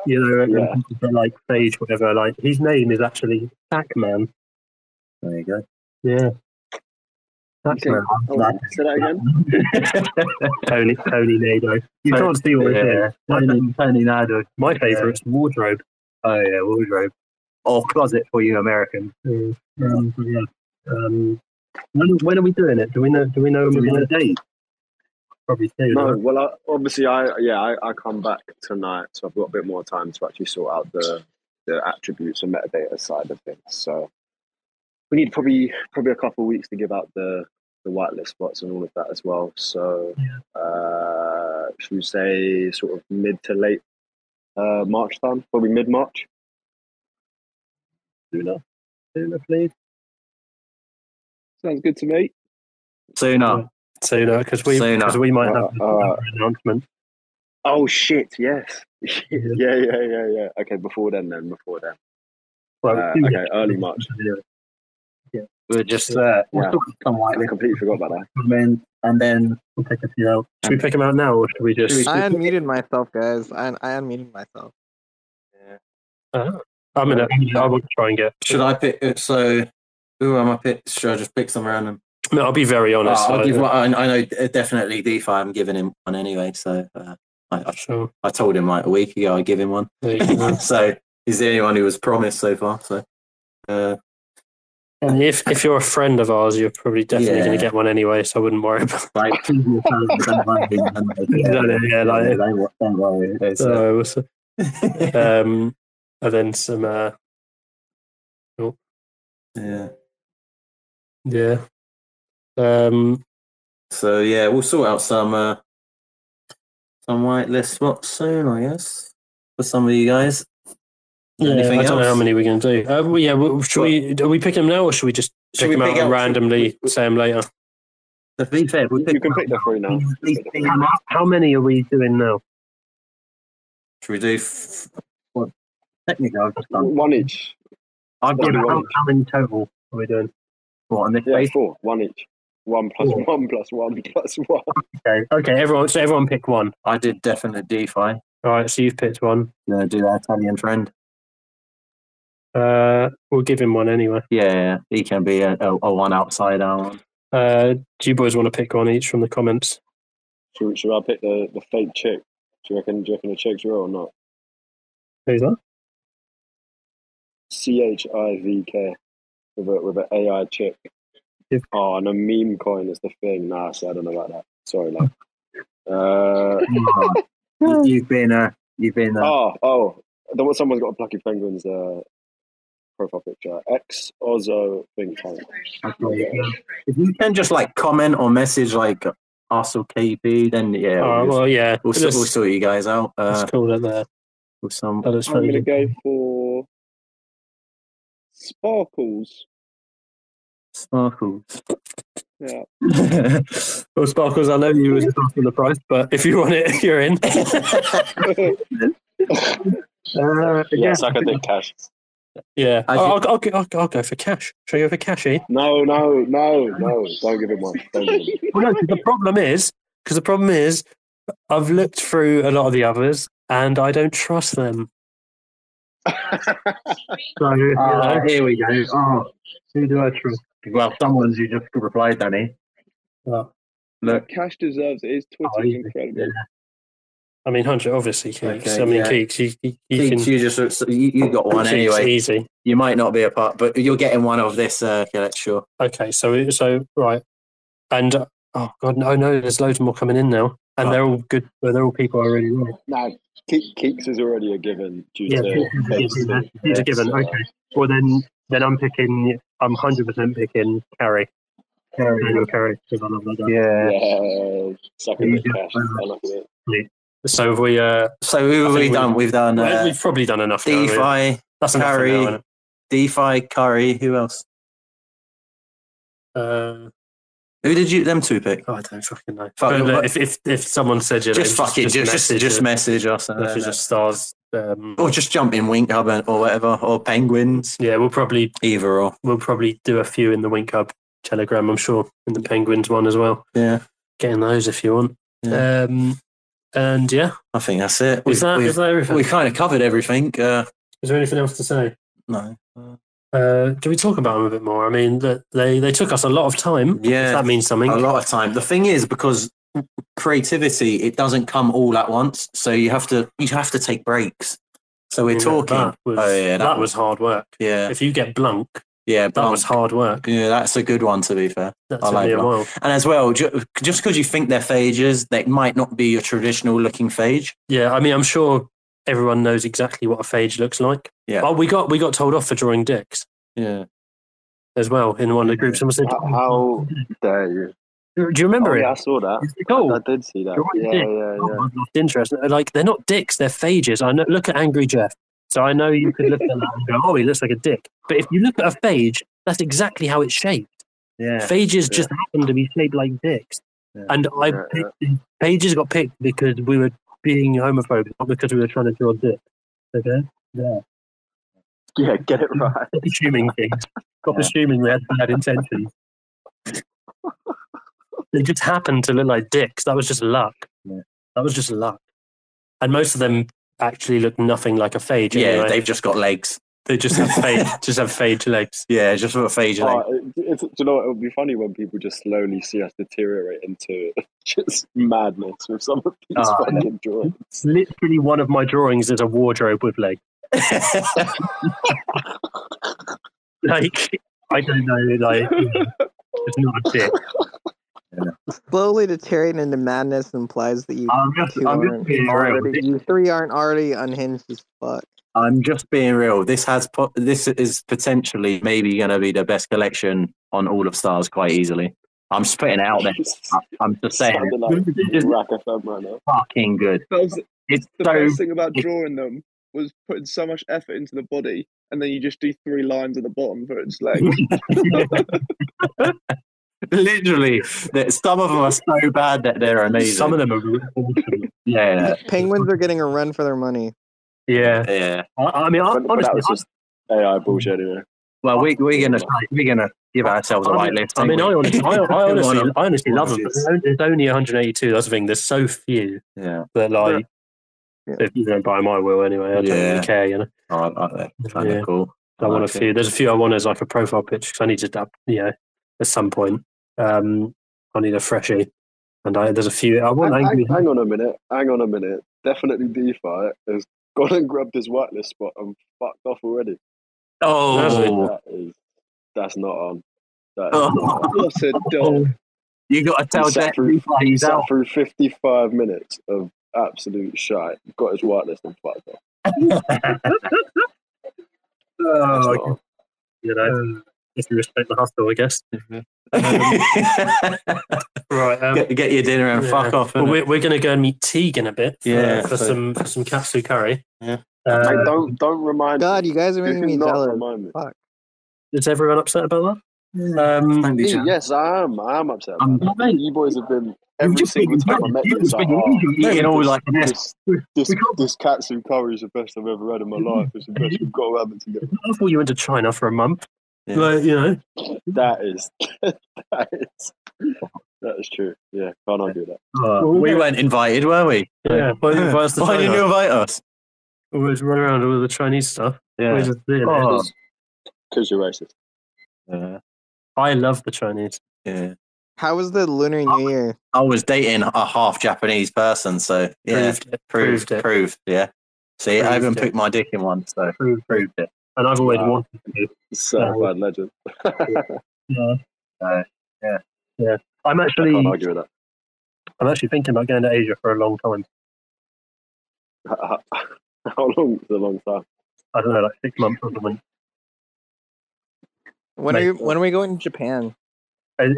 S3: You know, and
S4: Yeah.
S3: people said, like Sage, whatever. Like his name is actually Pac-Man.
S2: There you go.
S3: Yeah.
S4: Okay.
S3: Pac-Man.
S4: Oh, say that again.
S3: Tony Tony Nado. You
S2: Tony-
S3: can't see what it
S2: yeah.
S3: is. My,
S2: Tony Nado.
S3: my favourite's wardrobe.
S2: Oh yeah, wardrobe. Or closet for you Americans.
S3: Um, but yeah. Um, when, when are we doing it? Do we know? Do we know? Do we know a date? Probably soon.
S4: No,
S3: right?
S4: well, I, obviously, I yeah, I, I come back tonight, so I've got a bit more time to actually sort out the the attributes and metadata side of things. So we need probably probably a couple of weeks to give out the the whitelist spots and all of that as well. So uh, should we say sort of mid to late uh, March time? Probably mid March.
S3: Sooner. Sooner, please.
S6: Sounds good to me.
S2: Sooner.
S3: Oh. Sooner, because we
S2: Sooner.
S3: because we might have
S4: Uh, uh,
S3: an announcement.
S4: Oh shit! Yes. yeah, yeah, yeah, yeah. Okay, before then, then before then.
S3: Well,
S4: Uh,
S3: we-
S4: okay, early March.
S2: We're just uh,
S4: Yeah.
S2: come like
S4: I completely forgot about that.
S2: and then
S3: We'll pick a few out. Should we pick them out now, or should we just?
S8: I unmuted myself, guys. I I unmuted myself.
S3: Uh, I'm gonna. I will try and get.
S2: should I pick uh, so who am I pick should I just pick some random?
S3: No, I'll be very honest.
S2: Ah, I'll
S3: I-
S2: give one, I, I know uh, definitely DeFi I'm giving him one anyway, so uh, I, I,
S3: Sure.
S2: I told him like a week ago I'd give him one.
S3: There you go.
S2: so he's the only one who was promised so far. So uh,
S3: And if if you're a friend of ours, you're probably definitely
S2: Yeah.
S3: going to get one anyway. So I wouldn't worry about.
S2: like don't worry,
S3: Don't- yeah, like- uh,
S2: don't worry.
S3: it. So, so-
S2: yeah.
S3: um, and then some. Uh, oh. yeah. Um,
S2: So yeah, we'll sort out some uh, some whitelist spots soon, I guess, for some of you guys.
S3: yeah,
S2: Anything
S3: I don't know
S2: else?
S3: how many we're going to do.
S2: Um,
S3: Uh, well, yeah, well, should we? Are we pick them now, or should we just
S2: Should
S3: pick
S2: we
S3: them out
S2: pick
S3: and
S2: out-
S3: randomly say them later?
S2: To be fair, we
S4: You
S2: picked
S4: can pick the three now.
S2: Please, please,
S3: How, how many are we doing now?
S2: Should we do? F- well, technically, I've just done
S4: one each.
S3: I've
S4: One
S3: done how,
S4: each.
S3: how many total are we doing?
S2: What on this
S4: Yeah,
S2: base?
S4: four. One each. One plus
S3: Four.
S4: one plus one plus one.
S3: Okay, okay, everyone. So everyone pick one.
S2: I did definite DeFi.
S3: All right, so you've picked one.
S2: Gonna do our Italian friend.
S3: Uh, we'll give him one anyway.
S2: Yeah, yeah, he can be a, a, a one outside our one.
S3: Uh, do you boys want to pick one each from the comments?
S4: Should, should I pick the, the fake chick? Do you reckon? Do you reckon the chick's real or not?
S3: Who's that?
S4: C H I V K with a with an AI chick.
S3: If-
S4: Oh, and a meme coin is the thing. Nah, so I don't know about that. Sorry, lad. Uh,
S2: You- you've been uh, you've been uh,
S4: oh, oh, the one someone's got a plucky penguins uh, profile picture. X Ozo think tank.
S2: okay, yeah. If you can just like comment or message like us or KP, then yeah,
S3: All right,
S2: we'll,
S3: well, yeah.
S2: we'll,
S3: let's,
S2: sort, we'll sort you guys out uh,
S3: let's call it there.
S2: with some.
S3: That looks
S6: I'm
S3: very
S6: gonna
S3: good.
S6: go for sparkles.
S2: Sparkles.
S6: Yeah.
S3: Well, Sparkles, I know you was asking the price, but if you want it, you're in. Uh,
S4: Yeah, suck a dick, Cash.
S3: yeah.
S2: As
S3: I'll,
S2: you-
S3: I'll, I'll, go- I'll, go- I'll go for cash. Shall I go for cash, eh? Ian?
S4: No, no, no, no! Don't give him one. Don't give him.
S3: Well, no, 'cause the problem is, because the problem is, I've looked through a lot of the others and I don't trust them. So, you
S2: Ah,
S3: know.
S2: here we go. Oh, who do I trust? Well, someone's you just replied, Danny.
S3: Well,
S2: Look,
S6: Cash deserves it. His Twitter's
S3: Oh, he's-
S6: incredible.
S3: I mean, Hunter, obviously, Keeks.
S2: Okay,
S3: I mean,
S2: yeah.
S3: Keeks, you, you, you
S2: Keeks,
S3: can.
S2: you just uh, so you, you got one
S3: Keeks,
S2: anyway.
S3: easy.
S2: You might not be a part, but you're getting one of this uh, collect sure.
S3: Okay, so so right, and uh, oh god, no, no, there's loads more coming in now, and
S2: Oh.
S3: they're all good. They're all people I really like.
S4: No, Ke- Keeks is already a given due
S3: Yeah,
S4: to.
S3: he's a given. He's a given.
S5: uh,
S4: So-
S3: Okay. Well, then, then I'm picking. I'm hundred percent picking Carrie. Carrie, Daniel Carrie, because I love that guy.
S2: Yeah.
S4: Yeah, suck a
S3: You
S4: dick, Cash. I love it.
S3: So have we. Uh,
S2: So who have
S3: I
S2: we
S3: think we-
S2: done? We've done
S3: well,
S2: uh,
S3: we've probably done enough. now, really.
S2: DeFi,
S3: That's enough for now,
S2: Carrie.
S3: isn't it?
S2: DeFi, Curry. Who else?
S3: Uh,
S2: Who did you them two pick?
S3: oh, I don't fucking know.
S2: Fuck,
S3: But
S2: look,
S3: look, if, if if someone said you, know,
S2: just fuck it. Just just, just,
S3: message it.
S2: message us. and
S3: Message
S2: then, uh,
S3: just stars. Um,
S2: or just jump in Wink Hub and- or whatever, or Penguins,
S3: yeah, we'll probably
S2: either or.
S3: we'll probably do a few in the Wink Hub Telegram, I'm sure, in the Penguins one as well.
S2: Yeah,
S3: Getting those if you want.
S2: Yeah.
S3: Um, and yeah,
S2: I think that's it.
S3: is that,
S2: we've,
S3: is that everything?
S2: we kind of covered everything. Uh,
S3: is there anything else to say?
S2: no. Uh,
S3: Uh, do we talk about them a bit more? I mean, that they they took us a lot of time.
S2: Yeah.
S3: if that means something.
S2: a lot of time. The thing is, because creativity, it doesn't come all at once, so you have to you have to take breaks. So we're
S3: You know,
S2: talking.
S3: That was,
S2: oh yeah,
S3: that, was hard work.
S2: yeah,
S3: If you get blunk,
S2: yeah.
S3: that was hard work.
S2: Yeah, that's a good one to be fair.
S3: That
S2: I
S3: took
S2: like
S3: me a while.
S2: blunk. And as well, ju- just because you think they're phages, they might not be your traditional looking phage.
S3: Yeah, I mean, I'm sure everyone knows exactly what a phage looks like.
S2: Yeah.
S3: Oh, we got we got told off for drawing dicks
S2: Yeah.
S3: as well in one of the groups. Someone said,
S4: How, how dare you?
S3: "Do you remember
S4: Oh,
S3: it?"
S4: yeah, I saw that.
S3: It's cool.
S4: I did see that.
S3: You're right, you
S4: Yeah,
S3: did.
S4: yeah, yeah.
S3: I've lost interest. Like they're not dicks, they're phages. I know, look at Angry Jeff. So I know you could look at that and go, "Oh, he looks like a dick." But if you look at a phage, that's exactly how it's shaped.
S2: Yeah.
S3: Phages just happen to be shaped like dicks.
S2: Yeah.
S3: And I
S4: Yeah,
S3: picked, phages got picked because we were being homophobic, not because we were trying to draw dicks. Okay,
S4: Yeah, get it right.
S3: stop assuming things. Stop assuming we had bad intentions. they just happened to look like dicks. That was just luck.
S2: Yeah.
S3: That was just luck. And most of them actually look nothing like a phage.
S2: Yeah,
S3: anyway.
S2: they've just got legs.
S3: They just have phage, just have phage legs.
S2: Yeah, just for a phage
S4: Oh,
S2: leg.
S4: it, it's, do you know what? It would be funny when people just slowly see us deteriorate into just madness with some of these
S3: Ah.
S2: Oh, yeah.
S4: fucking drawings.
S3: Literally, one of my drawings is a wardrobe with legs. Like I don't know, like it's not a dick.
S8: Slowly deteriorating into madness implies that you
S2: I'm just,
S8: two
S2: I'm just
S8: aren't
S2: being real.
S8: already, you three aren't already unhinged as fuck.
S2: I'm just being real. This has po- this is potentially maybe going to be the best collection on all of stars quite easily. I'm just putting it out there. I'm just saying
S4: Sounding like
S2: it's
S4: Rack FM right now.
S2: fucking good.
S6: That was
S2: It's
S6: the
S2: so
S6: best thing about drawing them was putting so much effort into the body, and then you just do three lines at the bottom for its legs.
S2: Literally, that- some of them are so bad that they're amazing.
S3: Some of them are.
S2: yeah,
S8: Penguins are getting a run for their money.
S3: yeah.
S2: yeah.
S3: I, I mean, I,
S4: But, but
S3: honestly,
S4: that was just AI bullshit anyway.
S2: Well, we we're gonna try, we're gonna give ourselves a
S3: I
S2: light
S3: mean,
S2: lift.
S3: I, mean, I
S2: ain't
S3: honestly,
S2: we?
S3: I, I honestly,
S2: Wanna-
S3: I honestly love them.
S2: Yes.
S3: But there's only- there's only 182. That's the thing. There's so few
S2: yeah.
S3: that like.
S8: Yeah.
S3: If you don't buy my will anyway, I don't
S2: Yeah.
S3: really care. You know,
S2: Oh, I like that. Kind
S3: Yeah.
S2: of cool.
S3: I, want a
S2: like it.
S3: few. There's a few I want as like a profile picture because I need to, adapt, you know, at some point. Um, I need a freshie, and I there's a few I want.
S4: hang,
S3: angry.
S4: hang- hang on a minute. Hang on a minute. Definitely DeFi has gone and grabbed his whitelist spot and fucked off already.
S2: Oh,
S4: That is, that's not on. That is not on.
S2: oh.
S6: What a dog.
S2: you got to tell
S4: sat
S2: Jack
S4: through-
S2: Levi he's
S4: Sat
S2: out.
S4: through 55 minutes of absolute shite. Got his whitelist and fucked off. That's not on.
S3: you know, if you respect the hustle, I guess. Right. Um,
S2: get, get your dinner and fuck
S3: yeah.
S2: off.
S3: Well,
S2: innit?
S3: we're, we're going to go and meet Teagan a bit. For,
S2: Yeah,
S3: for
S2: so-
S3: some for some katsu curry.
S2: Yeah.
S3: Uh,
S4: Mate, don't don't remind
S8: God,
S4: me.
S8: you guys are
S4: Do
S8: making me
S4: not
S8: jealous.
S4: remind me.
S3: is everyone upset about that? Um,
S2: Don't be
S4: Hey,
S2: Jack.
S4: yes, I am. I am upset.
S2: Um,
S4: about
S3: mate.
S4: it. you boys have been
S2: We've
S4: every
S2: just
S4: single
S2: been
S4: time I met
S2: invited.
S4: you.
S2: You've
S4: It's
S2: just
S4: like,
S2: been
S4: oh,
S2: eating eating all like an ass.
S4: this
S3: we-
S4: this
S3: we can't-
S4: this katsu curry is the best I've ever had in my life. It's the best we've got to have it together.
S3: I thought you went to China for a month.
S2: Yeah.
S3: Like, you know,
S4: That is that is that is true. Yeah, can't argue that.
S2: Uh, we weren't invited, were we?
S3: yeah. Why didn't you invite us to
S2: Why didn't you
S3: China?
S2: invite us?
S3: We just run around with the Chinese stuff. We
S2: Yeah.
S3: just did it.
S2: Oh.
S4: Because you're racist.
S2: yeah.
S3: I love the Chinese.
S2: Uh, Yeah.
S8: How was the Lunar New Year?
S2: I was dating a half Japanese person, so yeah,
S3: Proved it. Proved
S2: proved, proved,
S3: it.
S2: yeah. See, I
S3: Proved
S2: haven't
S3: it.
S2: put my dick in one, so
S3: Proved,
S2: proved it.
S3: And I've always
S4: Wow.
S3: wanted to.
S4: Certified legend.
S3: Yeah.
S2: Uh, yeah.
S3: Yeah. I'm
S4: I
S3: actually
S4: can't argue with that.
S3: I'm actually thinking about going to Asia for a long time.
S4: How long is a long time?
S3: I don't know, like six months or something.
S8: When are
S3: Mate.
S8: you, when are we going to Japan?
S3: As,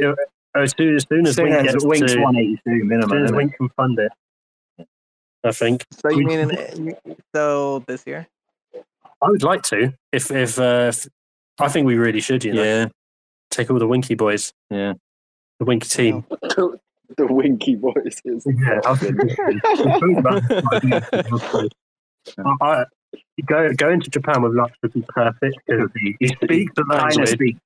S3: as soon as, soon as Wink
S2: Soon as
S3: gets
S2: Wink's
S3: to,
S2: 182
S3: as soon
S2: minimum.
S3: as
S2: isn't it?
S3: Wink can fund it, I think
S8: So you
S3: We-
S8: mean in, so this year?
S3: I would like to. If if, uh, if I think we really should, you know,
S2: Yeah.
S3: take all the Winky boys,
S2: Yeah.
S3: the Winky team.
S4: The, the Winky voice is
S3: Yeah, I think- I- I- go going to Japan with Lux would be perfect because he, he speaks the
S2: Kind of
S3: language.
S2: speak.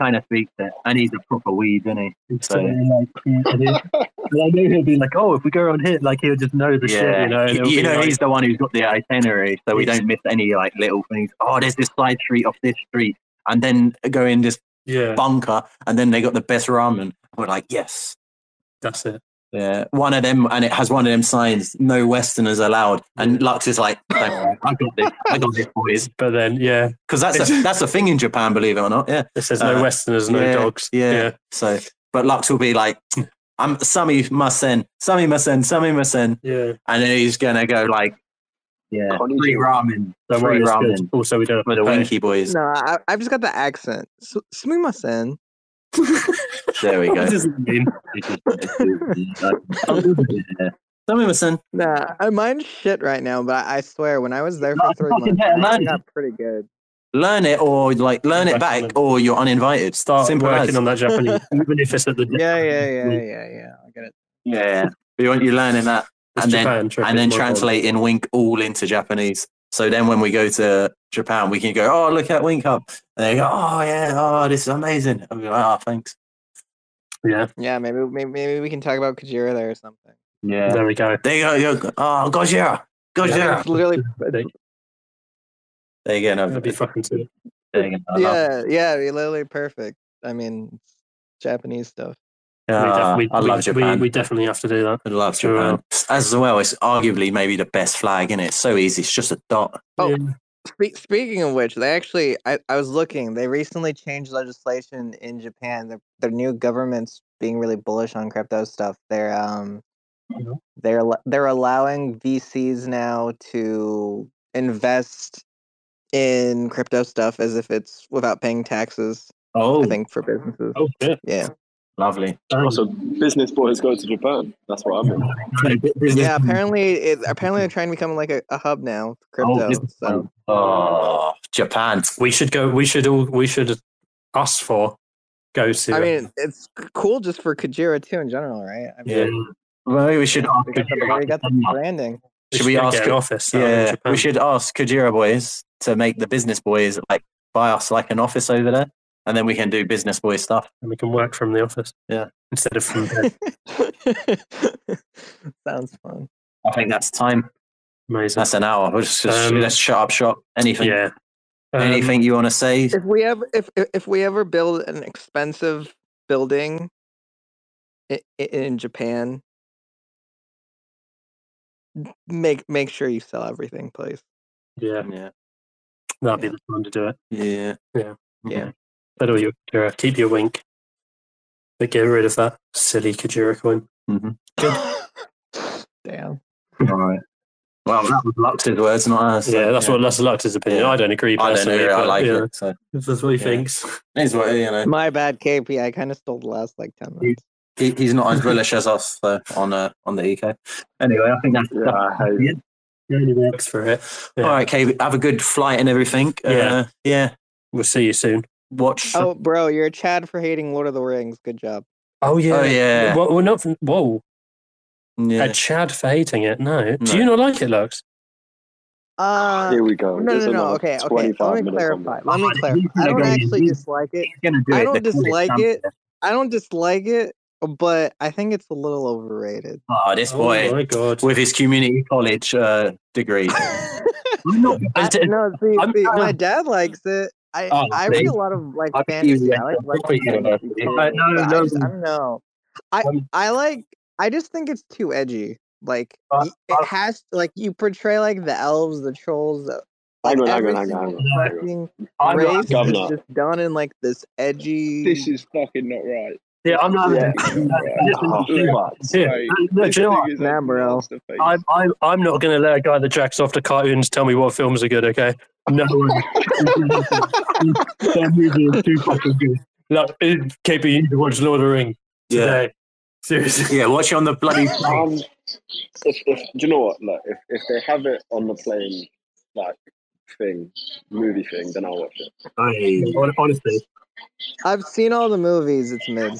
S2: Kind of speak that. And he's a proper weed, isn't he?
S3: So, like, he- and he- and I know he'll be like, "Oh, if we go on here, like he'll just know the shit," you know. and
S2: you,
S3: it'll be
S2: know
S3: like-
S2: he's the one who's got the itinerary, so we
S3: Yes.
S2: don't miss any like little things. Oh, there's this side street off this street, and then go in this
S3: yeah,
S2: bunker, and then they got the best ramen. We're like, yes,
S3: that's it.
S2: yeah. One of them, and it has one of them signs: "No Westerners allowed." And Lux is like, "Don't worry, I got this. I got this, boys."
S3: But then, yeah,
S2: Because that's a, that's a thing in Japan, believe it or not. Yeah.
S3: it says no
S2: Uh,
S3: Westerners, no
S2: yeah,
S3: dogs.
S2: yeah. So, but Lux will be like, "I'm Sami Masen, Sami Masen, Sami Masen,"
S3: yeah. yeah.
S2: and then he's gonna go like, "Yeah,
S4: Konnichiwa.
S2: free ramen,
S3: Don't worry,
S2: free
S3: it's
S2: ramen."
S3: good. Also, we don't have
S2: with the
S3: to pay.
S2: Winky Boys.
S8: No, I, I've just got the accent. S- Sumimasen.
S2: There we go.
S3: What does it mean?
S2: Tomlinson.
S8: Nah, I- mine's shit right now, but I, I swear when I was there for
S2: Not
S8: three
S2: fucking
S8: months, I
S2: there,
S8: actually
S2: man.
S8: got pretty good.
S2: Learn it or like learn it back or you're uninvited.
S3: Start
S2: Simple
S3: working
S2: as.
S3: on that Japanese, even if it's at the
S8: Yeah, yeah, yeah, yeah, yeah. I get it.
S2: Yeah. You want you learning that
S3: It's
S2: and then-
S3: Japan trip,
S2: and then
S3: it's my fault.
S2: translate in wink all into Japanese. So then when we go to Japan, we can go, Oh look at Wink Up and they go, Oh yeah, oh this is amazing. I'll be like, Oh thanks.
S3: Yeah,
S8: Yeah, maybe maybe, maybe we can talk about Kajira there or something.
S2: Yeah.
S3: there we go.
S2: They go, you go, oh Gojira.
S8: I mean,
S2: Gojira.
S8: it's literally,
S2: There you go. No,
S3: That'd be fucking sick.
S2: there you go. I love it.
S8: yeah, yeah, it'd be literally perfect. I mean, it's Japanese stuff.
S2: Ah,
S3: we def- we,
S2: I love
S3: we,
S2: Japan.
S3: We, we definitely have to do that.
S2: I love
S3: Sure.
S2: Japan. As well, it's arguably maybe the best flag, in it? It's so easy. It's just a dot.
S8: Oh.
S3: Yeah.
S8: Spe- speaking of which, they actually, I, I was looking, they recently changed legislation in Japan. Their, their new government's being really bullish on crypto stuff. They're, um,
S3: Yeah.
S8: they're, al- they're allowing VCs now to invest in crypto stuff as if it's without paying taxes,
S2: Oh,
S8: I think, for businesses.
S3: Oh shit!
S8: Yeah.
S2: lovely.
S6: Um,
S4: Also, business boys go to Japan. That's what I mean.
S8: Yeah, apparently, it, apparently they're trying to become like a, a hub now,
S2: Oh,
S8: for crypto.
S2: business
S8: so.
S2: Oh, Japan.
S3: we should go. We should all. We should us four go to.
S8: I mean, it's cool just for Kajira too in general, right? I mean,
S2: Well, maybe we should ask
S8: they got the,
S2: Kajira.
S8: they got the branding.
S2: Should we ask?
S3: get an office? now in
S2: yeah,
S3: Japan.
S2: we should ask Kajira boys to make the business boys like buy us like an office over there, and then we can do business boy stuff.
S3: and we can work from the office.
S2: Yeah.
S3: instead of from bed.
S8: Sounds fun.
S2: I think that's time.
S3: Amazing.
S2: That's an hour. We'll just, just-
S3: Um,
S2: let's shut up shop. Anything,
S3: yeah. Um,
S2: anything you want to say?
S8: If we ever if if- if we ever build an expensive building in, in Japan, make make sure you sell everything, please.
S3: Yeah,
S2: Yeah,
S3: that'd be the time to do it.
S2: yeah,
S8: Yeah.
S3: But all your Kajira, keep your wink. But get rid of that silly Kajira coin.
S2: Mm-hmm.
S8: Damn.
S2: All right. Well, that was Lux's words, not ours.
S3: yeah, that's what that's Lux's opinion.
S2: Yeah.
S3: I don't agree
S2: I don't
S3: personally.
S2: know. I
S3: but,
S2: like
S3: yeah,
S2: it. So
S3: if That's what he
S2: Yeah.
S3: thinks.
S2: it's what you know.
S8: My bad, KP. I kind of stole the last like ten minutes.
S2: He, he's not as bullish as us though, on uh, on the eco. Anyway, I think that's
S4: Yeah, I hate it.
S3: He only works for it. Yeah.
S2: all right. Kay, have a good flight and everything.
S3: Yeah.
S2: uh, yeah.
S3: We'll see you soon.
S2: Watch.
S8: Oh, bro, you're a Chad for hating Lord of the Rings. Good job.
S3: Oh yeah.
S2: Oh, yeah.
S3: Well, we're not. From, whoa.
S2: yeah.
S3: A Chad for hating it. No.
S2: No.
S3: Do you not like it, Lux?
S8: Uh,
S4: Here we go.
S8: no,
S4: There's
S8: no, no.
S4: another
S8: Okay, okay.
S4: 25
S8: Let me
S4: minutes on
S8: clarify.
S4: this.
S8: Let me
S2: Oh,
S8: clarify.
S2: he's
S8: I
S2: gonna
S8: don't
S2: go in.
S8: actually
S2: He's-
S8: dislike it.
S2: He's gonna do
S8: I
S2: it.
S8: don't
S2: They're called
S8: dislike
S2: champion.
S8: it. I don't dislike it, but I think it's a little overrated.
S2: Oh, this boy
S3: Oh my god.
S2: with his community college uh, degree. I'm not-
S8: I, no, see,
S2: I'm-
S8: see,
S2: I'm-
S8: my dad likes it. I
S2: Oh,
S8: I
S2: see?
S8: read a lot of like
S2: I think he's
S8: fantasy. I
S2: a
S8: like
S2: proper
S8: like fantasy.
S2: university.
S8: too,
S2: Uh, no,
S8: but I
S2: no.
S8: just I don't know. I
S2: Um,
S8: I like I just think it's too edgy. Like
S2: Uh,
S8: y- it
S2: uh,
S8: has like you portray like the elves, the trolls, the- like
S4: Hang on, hang on,
S8: every
S4: hang on, hang
S8: single
S4: on. Hang on.
S8: fucking
S2: I'm not-
S8: race is
S4: Governor.
S8: just done in like this edgy.
S6: This is fucking not right.
S2: yeah, I'm not.
S4: Yeah.
S6: Fucking not right.
S4: Oh, fuck.
S3: Yeah.
S6: Mate,
S3: No, do
S6: this
S3: you know what?
S6: thing is a
S8: Nah, bro.
S6: masterpiece.
S3: I'm, I'm, I'm not going to let a guy that jacks off to cartoons tell me what films are good, okay? No way. that movie is too fucking good. Like, it- KP, you need to watch Lord of the Rings
S2: Yeah,
S3: today. Seriously.
S2: yeah. Watch it on the bloody.
S4: Um, if, if, do you know what? Look, if, if they have it on the plane, like thing, movie thing, then I'll watch it.
S3: Hon- Honestly.
S8: I've seen all the movies. It's mid.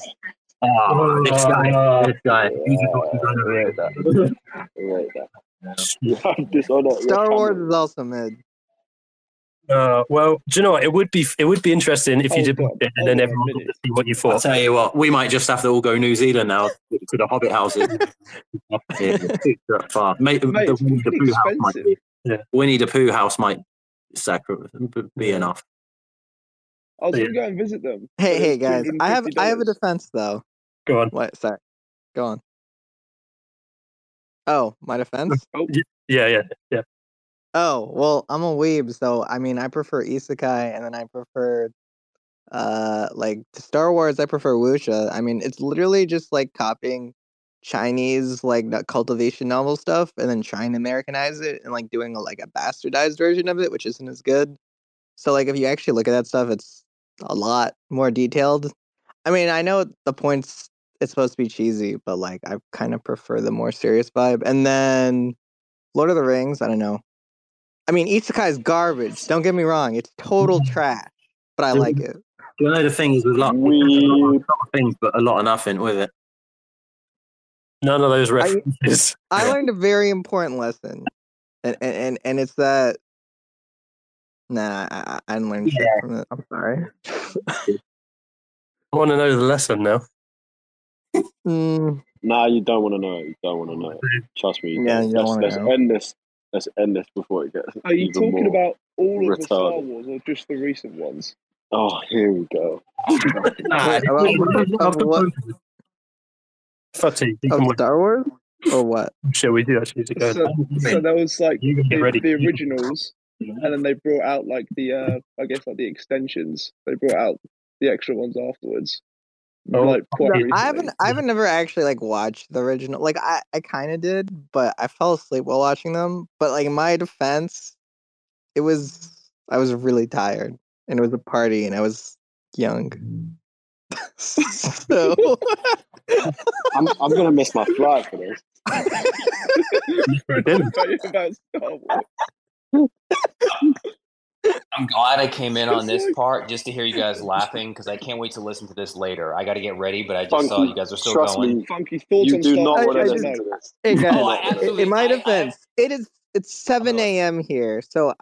S3: Ah,
S2: Oh, this guy. This guy. He's a fucking
S4: Uh,
S2: runner.
S4: rate that. Rate that. Yeah, Dishonored, your
S8: Star Wars
S4: camera.
S8: is also mid.
S3: Uh, well, do you know what? It would be it would be interesting if you
S8: Oh,
S6: Hold
S3: did watch
S6: on,
S3: it and then
S6: hold on a
S3: everyone
S6: minute.
S3: could just see what you
S2: I'll
S3: thought.
S2: tell you what, we might just have to all go New Zealand now to the Hobbit houses. yeah, it's not far. Mate,
S6: Mate,
S2: the
S6: it's
S2: Winnie the
S6: fucking
S2: Pooh house might
S6: expensive.
S2: be,
S3: Yeah.
S2: Winnie the Pooh house might sacri- be
S3: Yeah.
S2: enough.
S6: I was
S3: Yeah.
S6: gonna go and visit them.
S8: Hey,
S6: but
S8: hey
S6: it's
S8: guys, I have I have a
S6: $250.
S8: defense though.
S3: Go on.
S8: What? Sorry, go on. Oh, my defense.
S3: Yeah, yeah, yeah.
S8: Oh well, I'm a weeb, so I mean, I prefer isekai, and then I prefer, uh, like to Star Wars. I prefer wuxia. I mean, it's literally just like copying Chinese like no- cultivation novel stuff, and then trying to Americanize it, and like doing a, like a bastardized version of it, which isn't as good. So like, if you actually look at that stuff, it's a lot more detailed. I mean, I know the points. It's supposed to be cheesy, but like, I kind of prefer the more serious vibe. And then Lord of the Rings. I don't know. I mean, Isekai is garbage. Don't get me wrong; it's total trash, but I like it.
S2: You know the thing is with luck, a lot
S4: We
S2: of things, but a lot of nothing with it.
S3: None of those
S8: I
S3: references.
S8: I
S2: Yeah.
S8: learned a very important lesson, and and and, and it's that. Nah, I, I I didn't learn shit from it. I'm sorry.
S3: I want to know the lesson now.
S8: Mm,
S4: nah, you don't want to know. it. You don't want to know. it. Trust me. You
S8: Yeah,
S4: don't.
S8: you don't
S4: let's
S8: wanna
S4: let's
S8: know.
S4: end this. Let's end this before it gets.
S6: Are you
S4: even
S6: talking
S4: more.
S6: about all of the Star
S4: retarded.
S6: Wars or just the recent ones?
S4: Oh, here we go.
S8: Wait, about what- of what
S3: Fatty, you
S8: of
S3: can watch
S8: Star Wars or what?
S3: Shall we do actually to go?
S6: So, so there was like
S3: you can
S6: the,
S3: get ready.
S6: the originals, and then they brought out like the uh, I guess like the extensions. They brought out the extra ones afterwards.
S3: Oh,
S6: like quite
S3: yeah.
S6: recently.
S8: I haven't I haven't never actually like watched the original. Like I I kind of did, but I fell asleep while watching them. But like in my defense, it was I was really tired, and it was a party, and I was young. so
S4: I'm I'm gonna miss my flight for this.
S3: For dinner.
S6: Tell you about Star Wars.
S11: I'm glad I came in on this part just to hear you guys laughing because I can't wait to listen to this later. I got to get ready, but I just saw
S6: Funky.
S11: you guys are still
S6: Trust
S11: going.
S6: me, funky thoughts
S4: you
S6: on
S4: do
S6: Star
S4: not
S6: Wars.
S4: wanna
S6: I don't
S4: listen
S6: know.
S4: to this.
S8: Hey guys,
S11: Oh, I
S8: i-
S11: absolutely-
S8: in my
S11: I- I-
S8: defense, it is it's seven a.m. here, so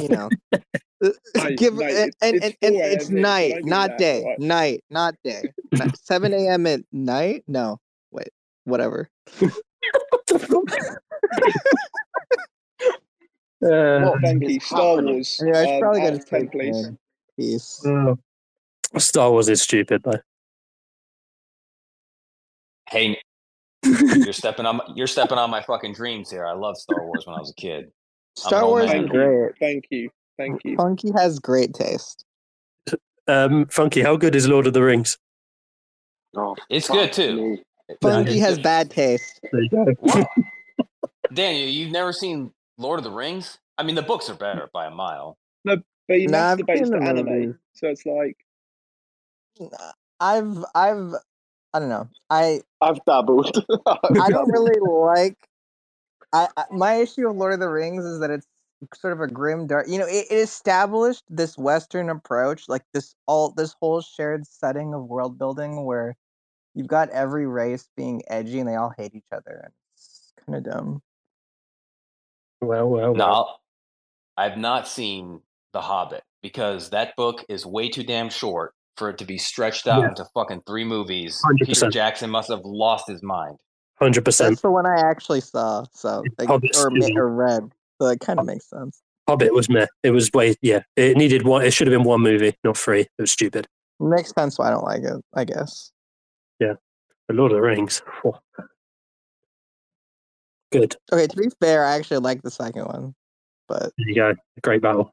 S8: you know, Uh,
S6: Hey,
S8: give
S6: mate,
S8: and
S6: it's-
S8: and, and, and
S6: it's
S8: it's
S6: 4 a.m. here, so
S8: night,
S6: don't do
S8: not
S6: that,
S8: day,
S6: alright?
S8: night, not day, Ni- seven a.m. at night. No, wait, whatever.
S3: Uh,
S6: Funky
S9: is
S6: Star
S9: happening?
S6: Wars.
S8: Anyway, I should
S6: Um,
S8: probably go
S6: out
S8: to
S6: of ten,
S8: sleep.
S6: please.
S8: man. Peace.
S3: Uh, Star Wars is stupid though.
S11: Hey, you're stepping on my- you're stepping on my fucking dreams here. I loved Star Wars when I was a kid.
S8: Star
S11: an old
S8: Wars
S11: man.
S8: is
S6: Thank you,
S8: great.
S6: thank you, thank you.
S8: Funky has great taste.
S3: Um, Funky, how good is Lord of the Rings?
S4: Oh,
S11: It's
S4: fuck
S11: good too.
S4: me.
S8: Funky
S11: It's
S8: has
S11: good.
S8: bad taste.
S3: There you go.
S11: What? Daniel, you've never seen Lord of the Rings? I mean, the books are better by a mile.
S6: But he
S8: Nah, I've
S6: masturbates
S8: seen the
S6: to anime,
S8: movies.
S6: so it's like
S8: I've I've I don't know. I
S4: I've dabbled. I've
S8: I don't
S4: dabbled.
S8: really like. I, I my issue of Lord of the Rings is that it's sort of a grim dark. You know, it, it established this Western approach, like this all this whole shared setting of world building where you've got every race being edgy and they all hate each other. and It's kind of dumb.
S3: Well, well, well.
S11: No, I've not seen The Hobbit because that book is way too damn short for it to be stretched out
S3: Yeah.
S11: into fucking three movies. Peter
S3: 100%.
S11: Jackson must have lost his mind.
S3: Hundred percent.
S8: That's the one I actually saw. So like
S3: Hobbit,
S8: or
S3: excuse
S8: ma-
S3: me.
S8: or read. So it kind of makes sense.
S3: Hobbit was meh. It was way yeah. It needed one. It should have been one movie, not three. It was stupid.
S8: Makes sense why I don't like it. I guess.
S3: The Lord of the Rings. whew. Good.
S8: Okay, to be fair, I actually like the second one, but
S3: There you go. Great battle.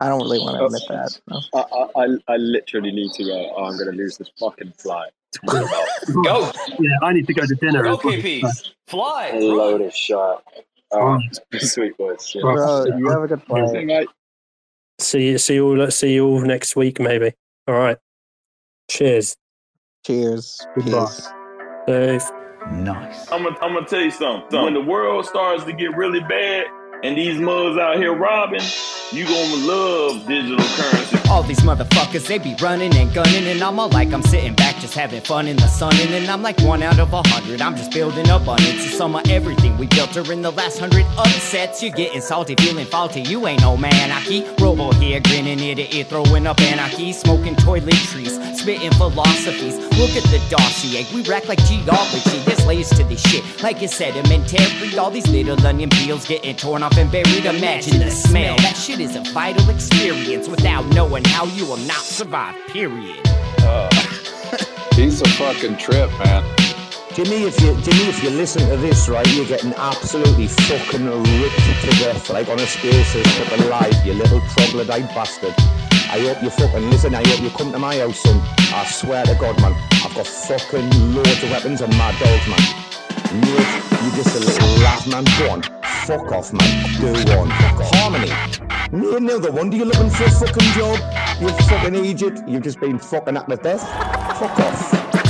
S8: I don't really want to
S4: Oh.
S8: admit that. so.
S4: I, I, I- I literally need to go. Oh, I'm going to lose this fucking flight tomorrow.
S11: Go,
S3: Yeah, I need to go to dinner.
S11: go,
S3: as well.
S11: KP. Fly,
S4: a
S11: run.
S4: load of shit.
S3: Right.
S4: Oh, sweet boys. Yeah.
S3: Right.
S8: Bro, you have a good
S3: Yeah.
S8: flight.
S6: hey, mate,
S3: See you. See you all. See you all next week, maybe. All right. Cheers.
S8: Cheers.
S3: Goodbye.
S8: Peace.
S3: Dave.
S1: Nice.
S12: I'm gonna I'm tell you something. When the world starts to get really bad and these mugs out here robbing, you gonna love digital currency.
S1: All these motherfuckers, they be running and gunning, and I'm all like, I'm sitting back, just having fun in the sun. And then I'm like one out of a hundred, I'm just building up on it. To sum of everything we built during the last hundred upsets, you're getting salty, feeling faulty. You ain't no man, I keep robo here, grinning ear to ear, throwing up anarchy, smoking toiletries, spitting philosophies. Look at the dossier, we rack like geology. There's layers to this shit, like it's sedimentary. All these little onion peels getting torn off and buried. Imagine the smell. That shit is a vital experience without knowing how you will not survive, period.
S13: He's a fucking trip, man.
S14: Jimmy, if you Jimmy, if you listen to this, right, you're getting absolutely fucking ripped to death, like on a space ship alive, you little troglodyte bastard. I hope you fucking listen. I hope you come to my house, son. I swear to God, man, I've got fucking loads of weapons and mad dogs, man. Nate, you just a little laugh, man. Go on, fuck off, man. Do one, fuck off. Harmony. No, no, the wonder you're looking for a fucking job. You fucking idiot. You've just been fucking at the death. Fuck off.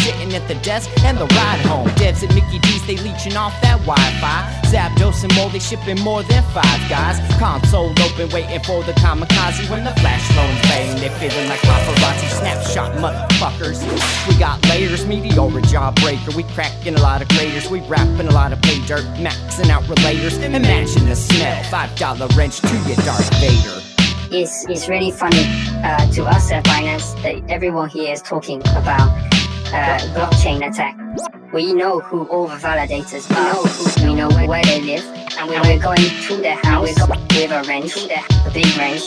S1: sitting at the desk and the ride home. Devs at Mickey D's, they leeching off that Wi-Fi. Zapdos and more, they shipping more than five guys. Console open, waiting for the kamikaze when the flash loans bang. They feeling like paparazzi snapshot motherfuckers. We got layers, meteor, jawbreaker. We cracking a lot of craters. We rapping a lot of pay dirt, maxing out relators. Imagine the smell, five dollar wrench to your Darth Vader.
S15: It's, it's really funny uh, to us at Binance that everyone here is talking about uh, blockchain attack. We know who all the validators are. We know, who, we know where they live, and we, we're going to their house with a wrench, a big wrench,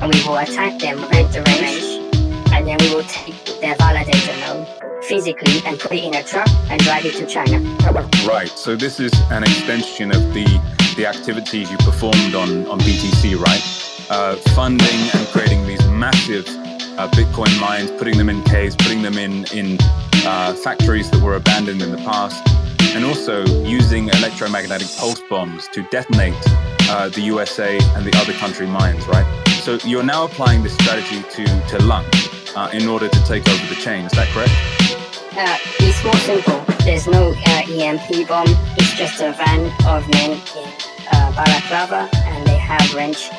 S15: and we will attack them with the wrench, and then we will take their validator node physically and put it in a truck and drive it to China.
S13: Right. So this is an extension of the the activities you performed on on BTC, right?
S16: uh, funding and creating these massive uh, Bitcoin mines, putting them in caves, putting them in in uh, factories that were abandoned in the past, and also using electromagnetic pulse bombs to detonate uh, the USA and the other country mines. Right. So you're now applying this strategy to to Lund uh, in order to take over the chain. Is that correct?
S15: Uh, it's more simple. There's no uh, EMP bomb. It's just a van of men in uh, balaclava, and they have wrench,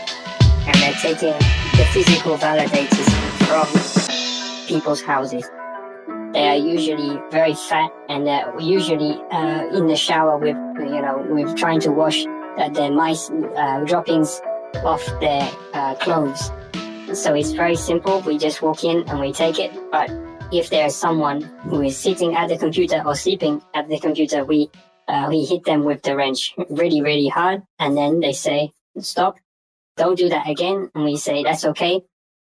S15: and they're taking the physical validators from people's houses. They are usually very fat, and they're usually uh, in the shower with, you know, with trying to wash uh, their mice uh, droppings off their uh, clothes. So it's very simple. We just walk in and we take it. But if there is someone who is sitting at the computer or sleeping at the computer, we uh, we hit them with the wrench really, really hard, and then they say, "Stop! Don't do that again." And we say, "That's okay.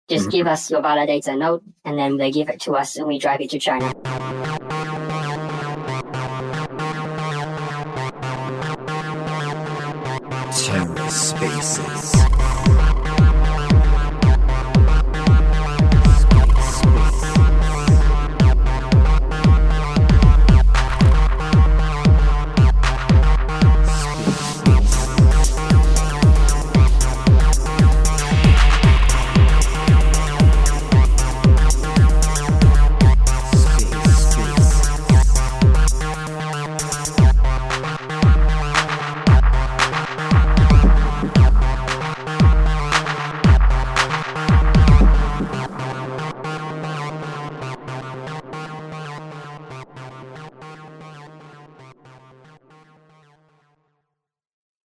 S15: Just give us your validator note," and then they give it to us, and we drive it to China.